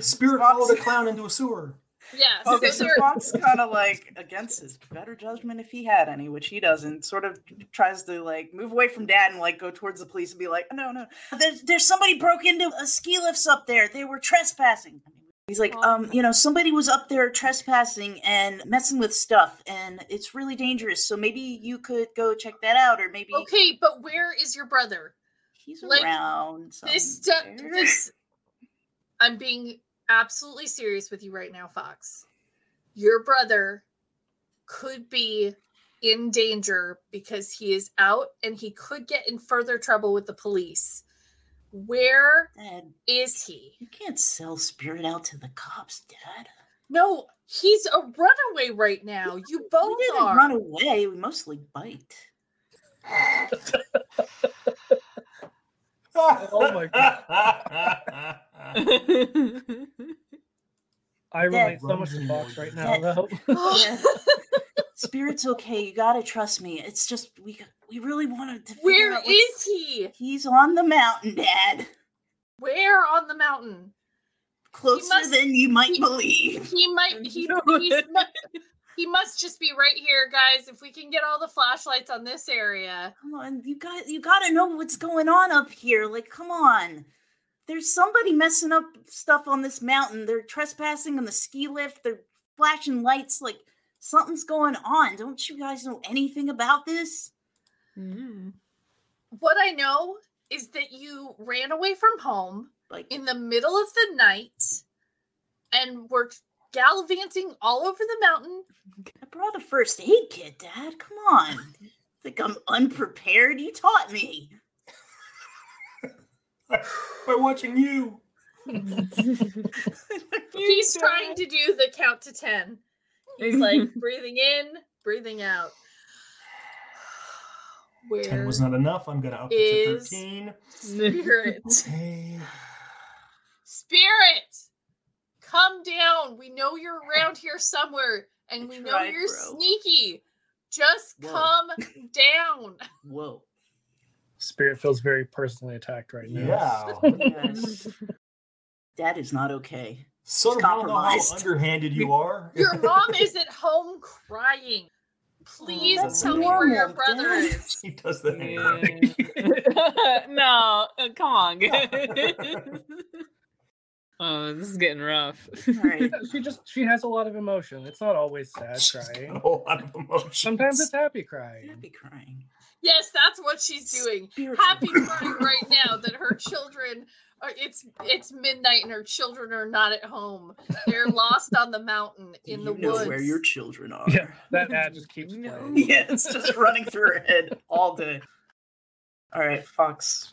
Speaker 6: Spirit followed a clown into a sewer.
Speaker 2: Yeah. So
Speaker 5: Okay, so
Speaker 2: they're-
Speaker 5: Fox kind of like against his better judgment if he had any, which he doesn't. Sort of tries to like move away from Dad and like go towards the police and be like, "No, no, there's there's somebody broke into a ski lifts up there. They were trespassing." He's like, um, you know, somebody was up there trespassing and messing with stuff, and it's really dangerous. So maybe you could go check that out, or maybe
Speaker 2: okay, but where is your brother?
Speaker 5: he's
Speaker 2: like,
Speaker 5: around.
Speaker 2: This
Speaker 5: somewhere."
Speaker 2: stuff. This. I'm being absolutely serious with you right now, Fox. Your brother could be in danger because he is out and he could get in further trouble with the police. Where
Speaker 5: Dad,
Speaker 2: is he?
Speaker 5: you can't sell spirit out to the cops, Dad.
Speaker 2: No, he's a runaway right now. You
Speaker 5: We
Speaker 2: both
Speaker 5: didn't
Speaker 2: are.
Speaker 5: run away. We mostly bite.
Speaker 6: oh
Speaker 4: my
Speaker 6: god.
Speaker 4: I
Speaker 5: Yeah.
Speaker 4: relate so much to Fox right now. Though.
Speaker 5: Yeah. Spirit's okay. You gotta trust me. It's just we we really wanted to. figure
Speaker 2: Where
Speaker 5: out what-
Speaker 2: is he?
Speaker 5: He's on the mountain, Dad.
Speaker 2: Where on the mountain?
Speaker 5: Closer
Speaker 2: must-
Speaker 5: than you might
Speaker 2: he-
Speaker 5: believe.
Speaker 2: He might. He
Speaker 3: No.
Speaker 2: he's, mu- he must just be right here, guys. If we can get all the flashlights on this area,
Speaker 5: Come on, you got you gotta know what's going on up here. Like, come on. There's somebody messing up stuff on this mountain. They're trespassing on the ski lift. They're flashing lights. Like something's going on. Don't you guys know anything about this?
Speaker 3: Mm.
Speaker 2: what I know is that you ran away from home
Speaker 5: Like,
Speaker 2: in the middle of the night, and were gallivanting all over the mountain.
Speaker 5: I brought a first aid kit, Dad. Come on. Think I'm unprepared? You taught me.
Speaker 6: By watching you.
Speaker 2: He's trying to do the count to ten. He's like breathing in, breathing out. Where is
Speaker 6: 10 was not enough. I'm going to up it to
Speaker 2: Is-
Speaker 6: 13.
Speaker 2: spirit?
Speaker 6: Hey.
Speaker 2: Spirit, come down. We know you're around here somewhere, and
Speaker 5: I
Speaker 2: we
Speaker 5: tried,
Speaker 2: know you're
Speaker 5: bro.
Speaker 2: sneaky. Just
Speaker 5: Whoa.
Speaker 2: come down.
Speaker 5: Whoa.
Speaker 4: Spirit feels very personally attacked right now.
Speaker 6: Yeah.
Speaker 5: Yes. Dad is not okay.
Speaker 6: So
Speaker 5: He's
Speaker 6: do you know how
Speaker 5: compromised.
Speaker 6: underhanded you are.
Speaker 2: Your mom is at home crying. Please
Speaker 6: that's
Speaker 2: tell me where your
Speaker 5: Oh, normal,
Speaker 2: brother
Speaker 5: Dad.
Speaker 2: is.
Speaker 6: she does that.
Speaker 3: Yeah. no, uh, come on. oh, this is getting rough.
Speaker 5: All right.
Speaker 4: She just she has a lot of emotion. It's not always sad
Speaker 6: She's got a
Speaker 4: crying.
Speaker 6: whole lot of emotion.
Speaker 4: Sometimes it's happy
Speaker 5: I'd
Speaker 4: crying.
Speaker 5: be crying.
Speaker 2: Yes, that's what she's doing.
Speaker 5: Spiritual.
Speaker 2: Happy crying right now that her children are it's it's midnight and her children are not at home. They're lost on the mountain in
Speaker 5: you
Speaker 2: the
Speaker 5: know
Speaker 2: woods.
Speaker 5: where your children are.
Speaker 4: Yeah, that ad just keeps
Speaker 3: No.
Speaker 4: playing.
Speaker 5: yeah, it's just running through her head all day. All right, Fox,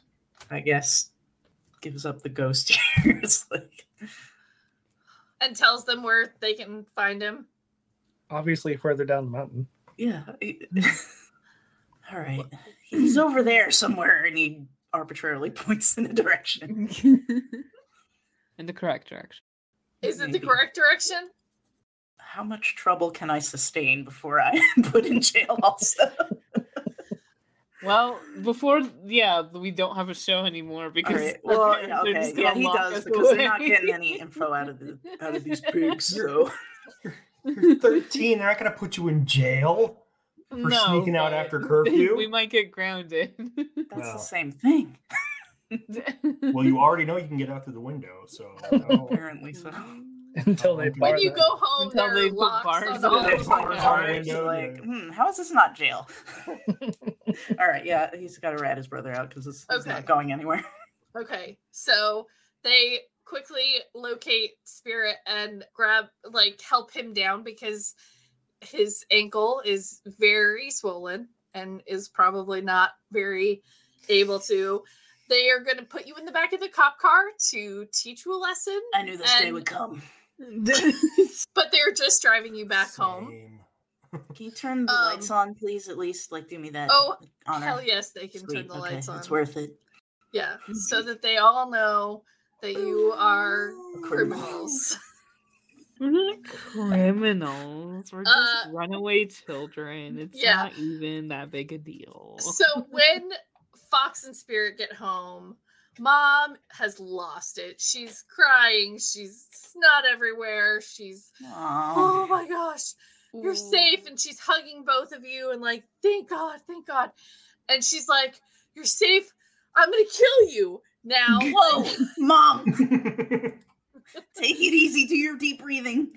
Speaker 5: I guess, gives up the ghost here. it's like,
Speaker 2: and tells them where they can find him.
Speaker 4: Obviously, further down the mountain.
Speaker 5: yeah. it- all right. He's over there somewhere, and he arbitrarily points in a direction.
Speaker 3: In the correct direction.
Speaker 2: Is it the
Speaker 5: Maybe.
Speaker 2: correct direction?
Speaker 5: How much trouble can I sustain before I am put in jail, also?
Speaker 3: Well, before, yeah, we don't have a show anymore
Speaker 5: All
Speaker 3: because.
Speaker 5: right.
Speaker 3: our
Speaker 5: Well,
Speaker 3: parents
Speaker 5: yeah,
Speaker 3: are just gonna
Speaker 5: okay. Yeah, he
Speaker 3: lock
Speaker 5: does
Speaker 3: us
Speaker 5: because they're not
Speaker 3: away.
Speaker 5: getting any info out of the out of these pigs. So
Speaker 6: You're 13. They're not going to put you in jail. for sneaking out
Speaker 3: but
Speaker 6: after curfew?
Speaker 3: we might get grounded.
Speaker 5: that's
Speaker 6: Wow.
Speaker 5: the same thing,
Speaker 6: Well, you already know you can get out through the window, so
Speaker 5: apparently. So
Speaker 4: Until they
Speaker 6: When
Speaker 4: bar
Speaker 2: When you
Speaker 4: that.
Speaker 2: go home,
Speaker 3: Until
Speaker 2: there
Speaker 3: they
Speaker 2: are
Speaker 3: put
Speaker 2: locks on
Speaker 3: bars
Speaker 2: the
Speaker 3: on it.
Speaker 2: doors.
Speaker 6: Bars on it.
Speaker 5: Alright,
Speaker 6: window,
Speaker 5: so, like,
Speaker 6: yeah.
Speaker 5: hmm, how is this not jail? All right, yeah, he's got to rat his brother out because it's, it's
Speaker 2: Okay.
Speaker 5: not going anywhere.
Speaker 2: Okay, so they quickly locate Spirit and grab, like, help him down because his ankle is very swollen and is probably not very able to. They are going to put you in the back of the cop car to teach you a lesson,
Speaker 5: I knew this day
Speaker 2: And-
Speaker 5: would come.
Speaker 2: but they're just driving you back home.
Speaker 6: Same.
Speaker 5: Can you turn the
Speaker 2: Um,
Speaker 5: lights on, please? At least, like, do me that
Speaker 2: Oh,
Speaker 5: honor.
Speaker 2: hell yes, they can turn
Speaker 5: Sweet,
Speaker 2: the
Speaker 5: okay,
Speaker 2: lights on.
Speaker 5: It's worth it.
Speaker 2: Yeah, so that they all know that you are criminals.
Speaker 3: We're not criminals. We're just
Speaker 2: Uh,
Speaker 3: runaway children. It's
Speaker 2: yeah.
Speaker 3: not even that big a deal.
Speaker 2: So when Fox and Spirit get home, Mom has lost it. She's crying. She's snot everywhere. She's oh my gosh, you're safe. And she's hugging both of you and like, thank God, thank God. And she's like, you're safe. I'm gonna kill you now.
Speaker 5: Whoa, Oh, mom, take it easy. Do your deep breathing.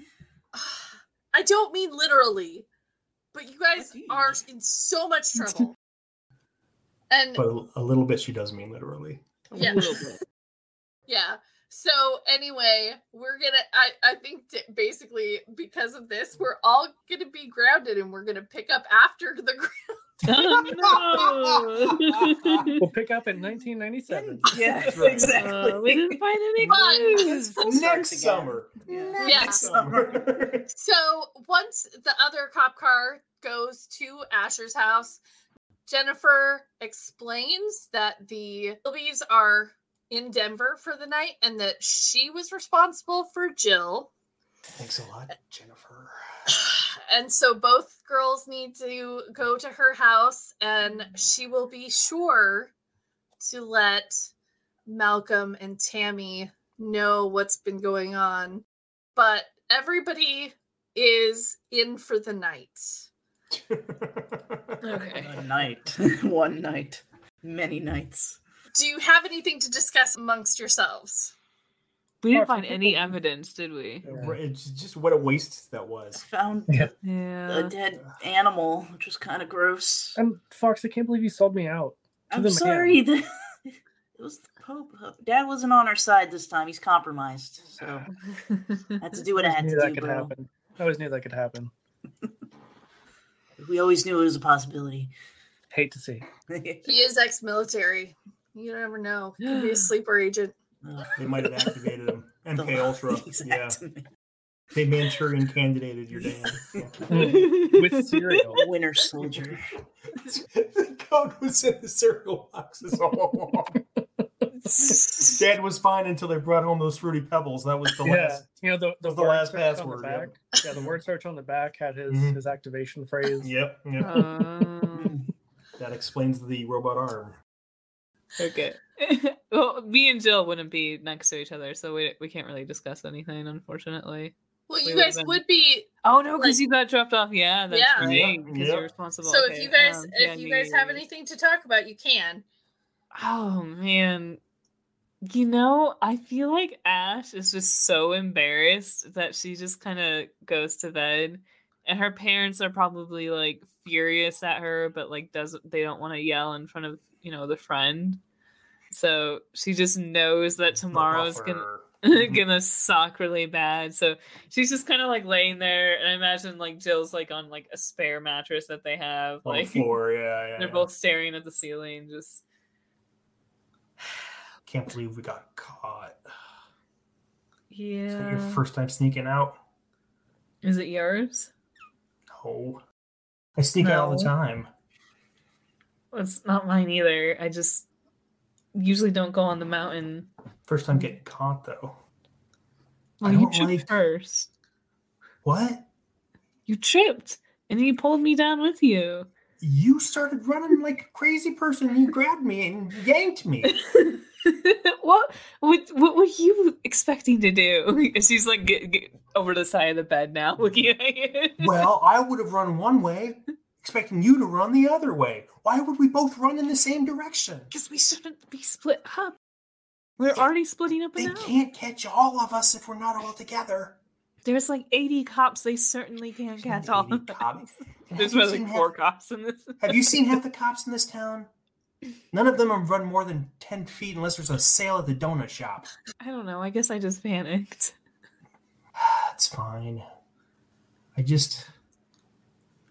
Speaker 2: I don't mean literally, but you guys
Speaker 5: do you
Speaker 2: are in so much trouble. and
Speaker 6: But a little bit she does mean literally.
Speaker 3: A
Speaker 2: Yeah.
Speaker 3: little bit.
Speaker 2: Yeah. So anyway, we're gonna. I I think t- basically because of this, we're all gonna be grounded, and we're gonna pick up after the. gr-
Speaker 3: Oh, no.
Speaker 4: We'll pick up in 1997.
Speaker 5: Yeah,
Speaker 6: That's right.
Speaker 5: exactly.
Speaker 3: Uh, we didn't find any
Speaker 2: But-
Speaker 3: clues.
Speaker 5: Full
Speaker 6: Next
Speaker 5: starts again.
Speaker 6: summer.
Speaker 5: Yeah.
Speaker 2: Yeah.
Speaker 5: Next summer.
Speaker 2: So once the other cop car goes to Asher's house, Jennifer explains that the Bilbies are in Denver for the night, and that she was responsible for Jill.
Speaker 6: Thanks a lot, Jennifer.
Speaker 2: and so both girls need to go to her house and she will be sure to let Malcolm and Tammy know what's been going on. But everybody is in for the night.
Speaker 3: Okay.
Speaker 5: One night. One night. Many nights.
Speaker 2: Do you have anything to discuss amongst yourselves?
Speaker 3: We didn't find any evidence, did we?
Speaker 6: It's just what a waste that was.
Speaker 5: Found a
Speaker 3: Yeah.
Speaker 5: dead animal, which was kind of gross.
Speaker 4: And Fox, I can't believe you sold me out. to
Speaker 5: I'm
Speaker 4: the man.
Speaker 5: sorry. The, it was the Pope. Dad wasn't on our side this time. He's compromised. So I had to do what
Speaker 4: I
Speaker 5: I
Speaker 4: always
Speaker 5: had to
Speaker 4: knew that
Speaker 5: do.
Speaker 4: could
Speaker 5: bro.
Speaker 4: happen. I always knew that could happen.
Speaker 5: We always knew it was a possibility.
Speaker 4: Hate to see.
Speaker 2: He is ex military. You never know. Could be a sleeper agent.
Speaker 5: Ugh,
Speaker 6: They might have activated him.
Speaker 5: the
Speaker 6: MK Ultra.
Speaker 5: lies
Speaker 6: Yeah.
Speaker 5: activated.
Speaker 6: They Manchurian candidated your damn.
Speaker 4: Mm. With cereal.
Speaker 5: Winter soldier.
Speaker 6: the code was in the cereal boxes all along. Dad was fine until they brought home those fruity pebbles. That was the
Speaker 4: Yeah,
Speaker 6: last.
Speaker 4: you know the the,
Speaker 6: was the
Speaker 4: word
Speaker 6: last
Speaker 4: search on the
Speaker 6: password, yeah.
Speaker 4: back. Yeah. the word search on the back had his
Speaker 6: Mhm.
Speaker 4: his activation phrase.
Speaker 6: Yep, yep.
Speaker 3: Um,
Speaker 6: That explains the robot arm.
Speaker 3: okay. well, me and Jill wouldn't be next to each other, so we we can't really discuss anything, unfortunately.
Speaker 2: Well,
Speaker 3: We
Speaker 2: you
Speaker 3: would've
Speaker 2: guys
Speaker 3: been-
Speaker 2: would be
Speaker 3: Oh no, because
Speaker 2: Like-
Speaker 3: you got dropped off. Yeah, that's
Speaker 2: Yeah.
Speaker 6: Yeah,
Speaker 3: right. Because
Speaker 6: yeah.
Speaker 3: you're responsible.
Speaker 2: so if
Speaker 3: Okay,
Speaker 2: you guys
Speaker 3: um, yeah,
Speaker 2: if you
Speaker 3: yeah,
Speaker 2: guys
Speaker 3: yeah,
Speaker 2: have
Speaker 3: yeah.
Speaker 2: anything to talk about, you can.
Speaker 3: Oh man. You know, I feel like Ash is just so embarrassed that she just kind of goes to bed and her parents are probably like furious at her but like doesn't they don't want to yell in front of, you know, the friend. So she just knows that tomorrow's going to gonna suck really bad. So she's just kind of like laying there, and I imagine like Jill's like on like a spare mattress that they have.
Speaker 6: on the
Speaker 3: Like
Speaker 6: floor. Yeah, yeah.
Speaker 3: they're
Speaker 6: yeah.
Speaker 3: both staring at the ceiling, just
Speaker 6: Can't believe we got caught. Is that your
Speaker 3: yeah.
Speaker 6: first time sneaking out?
Speaker 3: Is it yours?
Speaker 6: No. I sneak out all the
Speaker 3: No.
Speaker 6: time.
Speaker 3: Well, it's not mine either. I just usually don't go on the mountain.
Speaker 6: First time getting caught though.
Speaker 3: Well,
Speaker 6: I
Speaker 3: you
Speaker 6: don't
Speaker 3: tripped
Speaker 6: like-
Speaker 3: first.
Speaker 6: What?
Speaker 3: You tripped, and then you pulled me down with you.
Speaker 6: You started running like a crazy person. You grabbed me and yanked me.
Speaker 3: what what what were you expecting to do? She's like get, get over the side of the bed now, looking at you.
Speaker 6: Well, I would have run one way, expecting you to run the other way. Why would we both run in the same direction?
Speaker 3: because we shouldn't be split up. We're already splitting up
Speaker 6: They
Speaker 3: and out.
Speaker 6: can't catch all of us if we're not all together.
Speaker 3: There's like 80 cops. They certainly can't catch all
Speaker 6: Maybe
Speaker 3: of
Speaker 6: cop-
Speaker 3: us.
Speaker 6: And
Speaker 3: There's
Speaker 6: have you
Speaker 3: really
Speaker 6: seen
Speaker 3: like
Speaker 6: half-
Speaker 3: four cops in this.
Speaker 6: Have you seen half the cops in this town? None of them have run more than 10 feet unless there's a sale at the donut shop.
Speaker 3: I don't know. I guess I just panicked.
Speaker 6: That's fine. I just.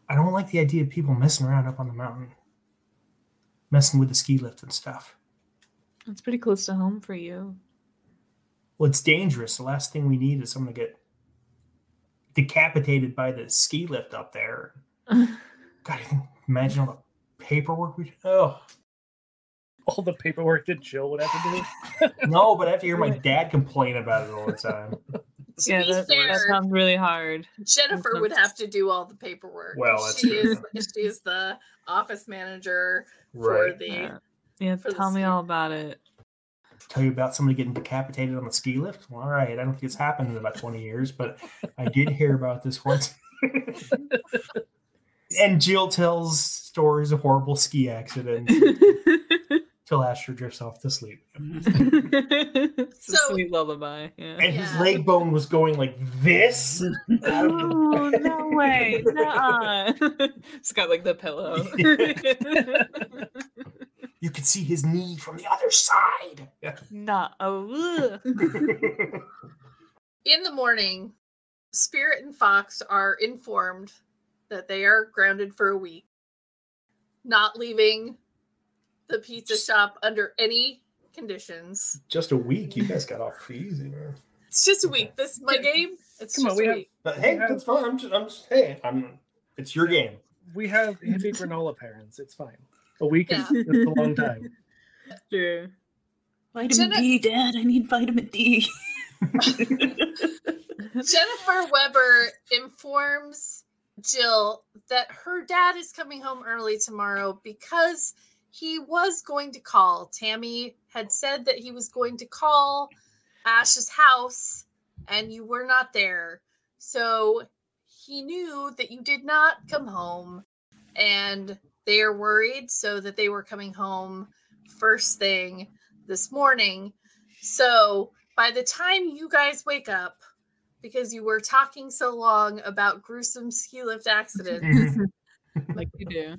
Speaker 6: I don't like the idea of people messing around up on the mountain, messing with the ski lift and stuff.
Speaker 3: It's pretty close to home for you.
Speaker 6: Well, it's dangerous. The last thing we need is someone to get decapitated by the ski lift up there. God, imagine all the paperwork we. Oh.
Speaker 4: All the paperwork that Jill would have to do.
Speaker 6: No, but I have to hear my dad complain about it all the time.
Speaker 2: To
Speaker 3: yeah,
Speaker 2: be
Speaker 3: that,
Speaker 2: fair,
Speaker 3: that sounds really hard.
Speaker 2: Jennifer would have to do all the paperwork.
Speaker 6: Well, that's
Speaker 2: she
Speaker 6: true.
Speaker 2: is she is the office manager for the
Speaker 3: Yeah,
Speaker 2: for the
Speaker 3: tell me
Speaker 2: sleep.
Speaker 3: all about it.
Speaker 6: tell you about somebody getting decapitated on the ski lift. Well, all right, I don't think it's happened in about 20 years, but I did hear about this once. and Jill tells stories of horrible ski accidents till Asher drifts off to sleep.
Speaker 3: it's a
Speaker 2: So-
Speaker 3: sweet lullaby. Yeah.
Speaker 6: And his
Speaker 2: Yeah.
Speaker 6: leg bone was going like this. out of the-
Speaker 3: Oh no uh. way! Nuh-uh. it's got like the pillow.
Speaker 6: you could see his knee from the other side.
Speaker 3: Not a.
Speaker 2: in the morning, Spirit and Fox are informed that they are grounded for a week, not leaving the pizza shop under any conditions.
Speaker 6: Just a week. You guys got off pretty easy, man.
Speaker 2: It's just a week. This is my game. It's
Speaker 4: Come on,
Speaker 2: just
Speaker 4: we
Speaker 2: a
Speaker 4: have-
Speaker 2: week.
Speaker 6: But hey, that's fine. I'm just, I'm just, hey, I'm. It's your game.
Speaker 4: We have hippie granola parents. It's fine. A week is,
Speaker 3: Yeah.
Speaker 4: is a long time.
Speaker 3: True.
Speaker 5: Vitamin
Speaker 2: Jenna-
Speaker 5: D, Dad. I need vitamin D.
Speaker 2: Jennifer Weber informs Jill that her dad is coming home early tomorrow because he was going to call. Tammy had said that he was going to call Ash's house and you were not there. So he knew that you did not come home and they are worried so that they were coming home first thing this morning. So by the time you guys wake up, because you were talking so long about gruesome ski lift accidents.
Speaker 3: Mm-hmm. Like you do.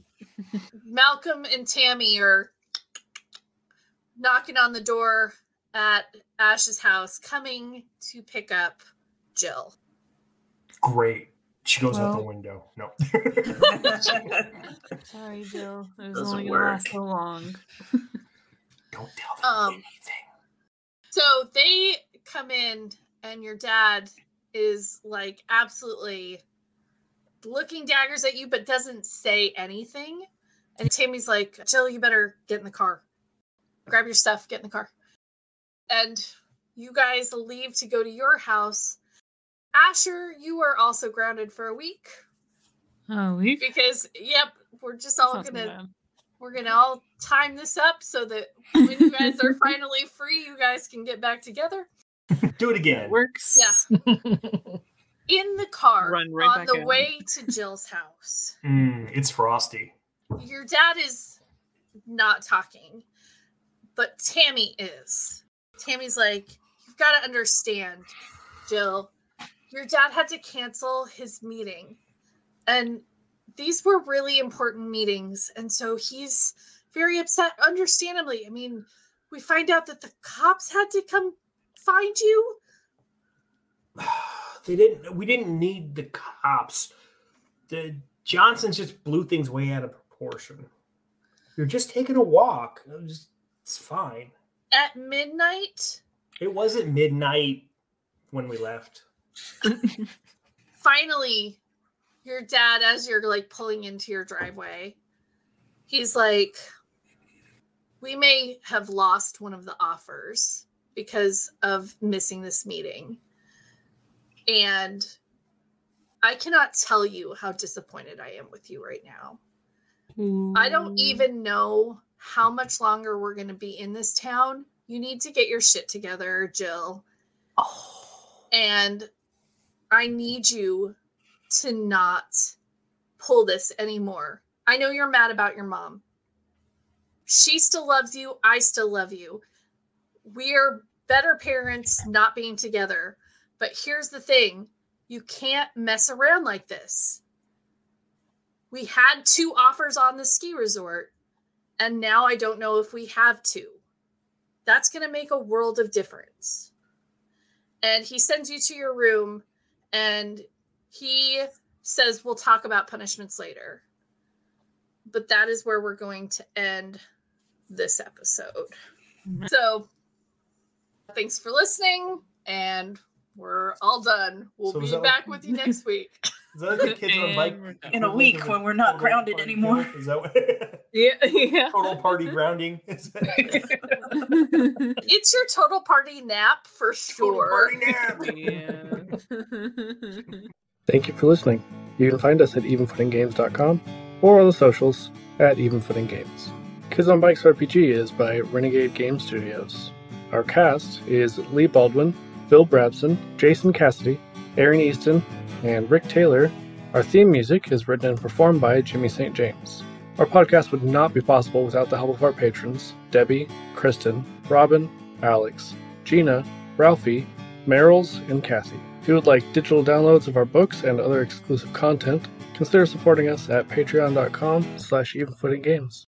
Speaker 2: Malcolm and Tammy are knocking on the door at Ash's house, coming to pick up Jill.
Speaker 6: Great. She goes out the
Speaker 3: Well-
Speaker 6: window. No.
Speaker 3: Sorry, Jill. It was
Speaker 5: Doesn't
Speaker 3: only gonna last
Speaker 5: work.
Speaker 3: so long.
Speaker 6: Don't tell them
Speaker 2: Um,
Speaker 6: anything.
Speaker 2: So they come in, and your dad is like absolutely looking daggers at you, but doesn't say anything. And Tammy's like, Jill, you better get in the car. Grab your stuff, get in the car. And you guys leave to go to your house. Asher, you are also grounded for a week
Speaker 3: Oh, we.
Speaker 2: because, yep, we're just all
Speaker 3: Sounds
Speaker 2: gonna
Speaker 3: bad.
Speaker 2: we're gonna all time this up so that when you guys are finally free, you guys can get back together.
Speaker 6: Do it again.
Speaker 3: works.
Speaker 2: Yeah. in the car
Speaker 3: Run right
Speaker 2: on
Speaker 3: back
Speaker 2: the
Speaker 3: in.
Speaker 2: way to Jill's house.
Speaker 6: Mm, it's frosty.
Speaker 2: Your dad is not talking, but Tammy is. Tammy's like, You've got to understand, Jill, your dad had to cancel his meeting. And these were really important meetings. And so he's very upset, understandably. I mean, we find out that the cops had to come find you.
Speaker 6: they didn't. We didn't need the cops. The Johnsons just blew things way out of proportion. You're just taking a walk. It was- it's fine.
Speaker 2: At midnight,
Speaker 6: It wasn't midnight when we left.
Speaker 2: finally your dad as you're like pulling into your driveway he's like we may have lost one of the offers because of missing this meeting and i cannot tell you how disappointed i am with you right now i don't even know how much longer we're going to be in this town you need to get your shit together jill
Speaker 5: oh,
Speaker 2: and I need you to not pull this anymore. I know you're mad about your mom. She still loves you. I still love you. We're better parents not being together. But here's the thing you can't mess around like this. We had two offers on the ski resort, and now I don't know if we have two. That's going to make a world of difference and he sends you to your room and he says we'll talk about punishments later but that is where we're going to end this episode
Speaker 6: Mm-hmm.
Speaker 2: so thanks for listening and we're all done we'll
Speaker 6: So is
Speaker 2: be
Speaker 6: that
Speaker 2: back
Speaker 6: like-
Speaker 2: with you next week
Speaker 6: Is that the kids on
Speaker 3: And
Speaker 6: bike?
Speaker 3: we're done.
Speaker 5: in a week when we're not grounded anymore.
Speaker 6: Is that what?
Speaker 3: Yeah. Yeah.
Speaker 6: total party grounding? Is that-
Speaker 2: it's your total party nap for
Speaker 6: total
Speaker 2: sure
Speaker 6: party nap.
Speaker 3: yeah.
Speaker 7: Thank you for listening. You can find us at evenfootinggames.com or on the socials at evenfootinggames. Kids on Bikes RPG is by Renegade Game Studios.
Speaker 4: Our cast is Lee Baldwin, Phil Brabson, Jason Cassidy, Aaron Easton, and Rick Taylor. Our theme music is written and performed by Jimmy St. James. Our podcast would not be possible without the help of our patrons Debbie, Kristen, Robin, Alex, Gina, Ralphie, Merrill's, and Kathy. If you would like digital downloads of our books and other exclusive content, consider supporting us at patreon.com slash evenfootinggames.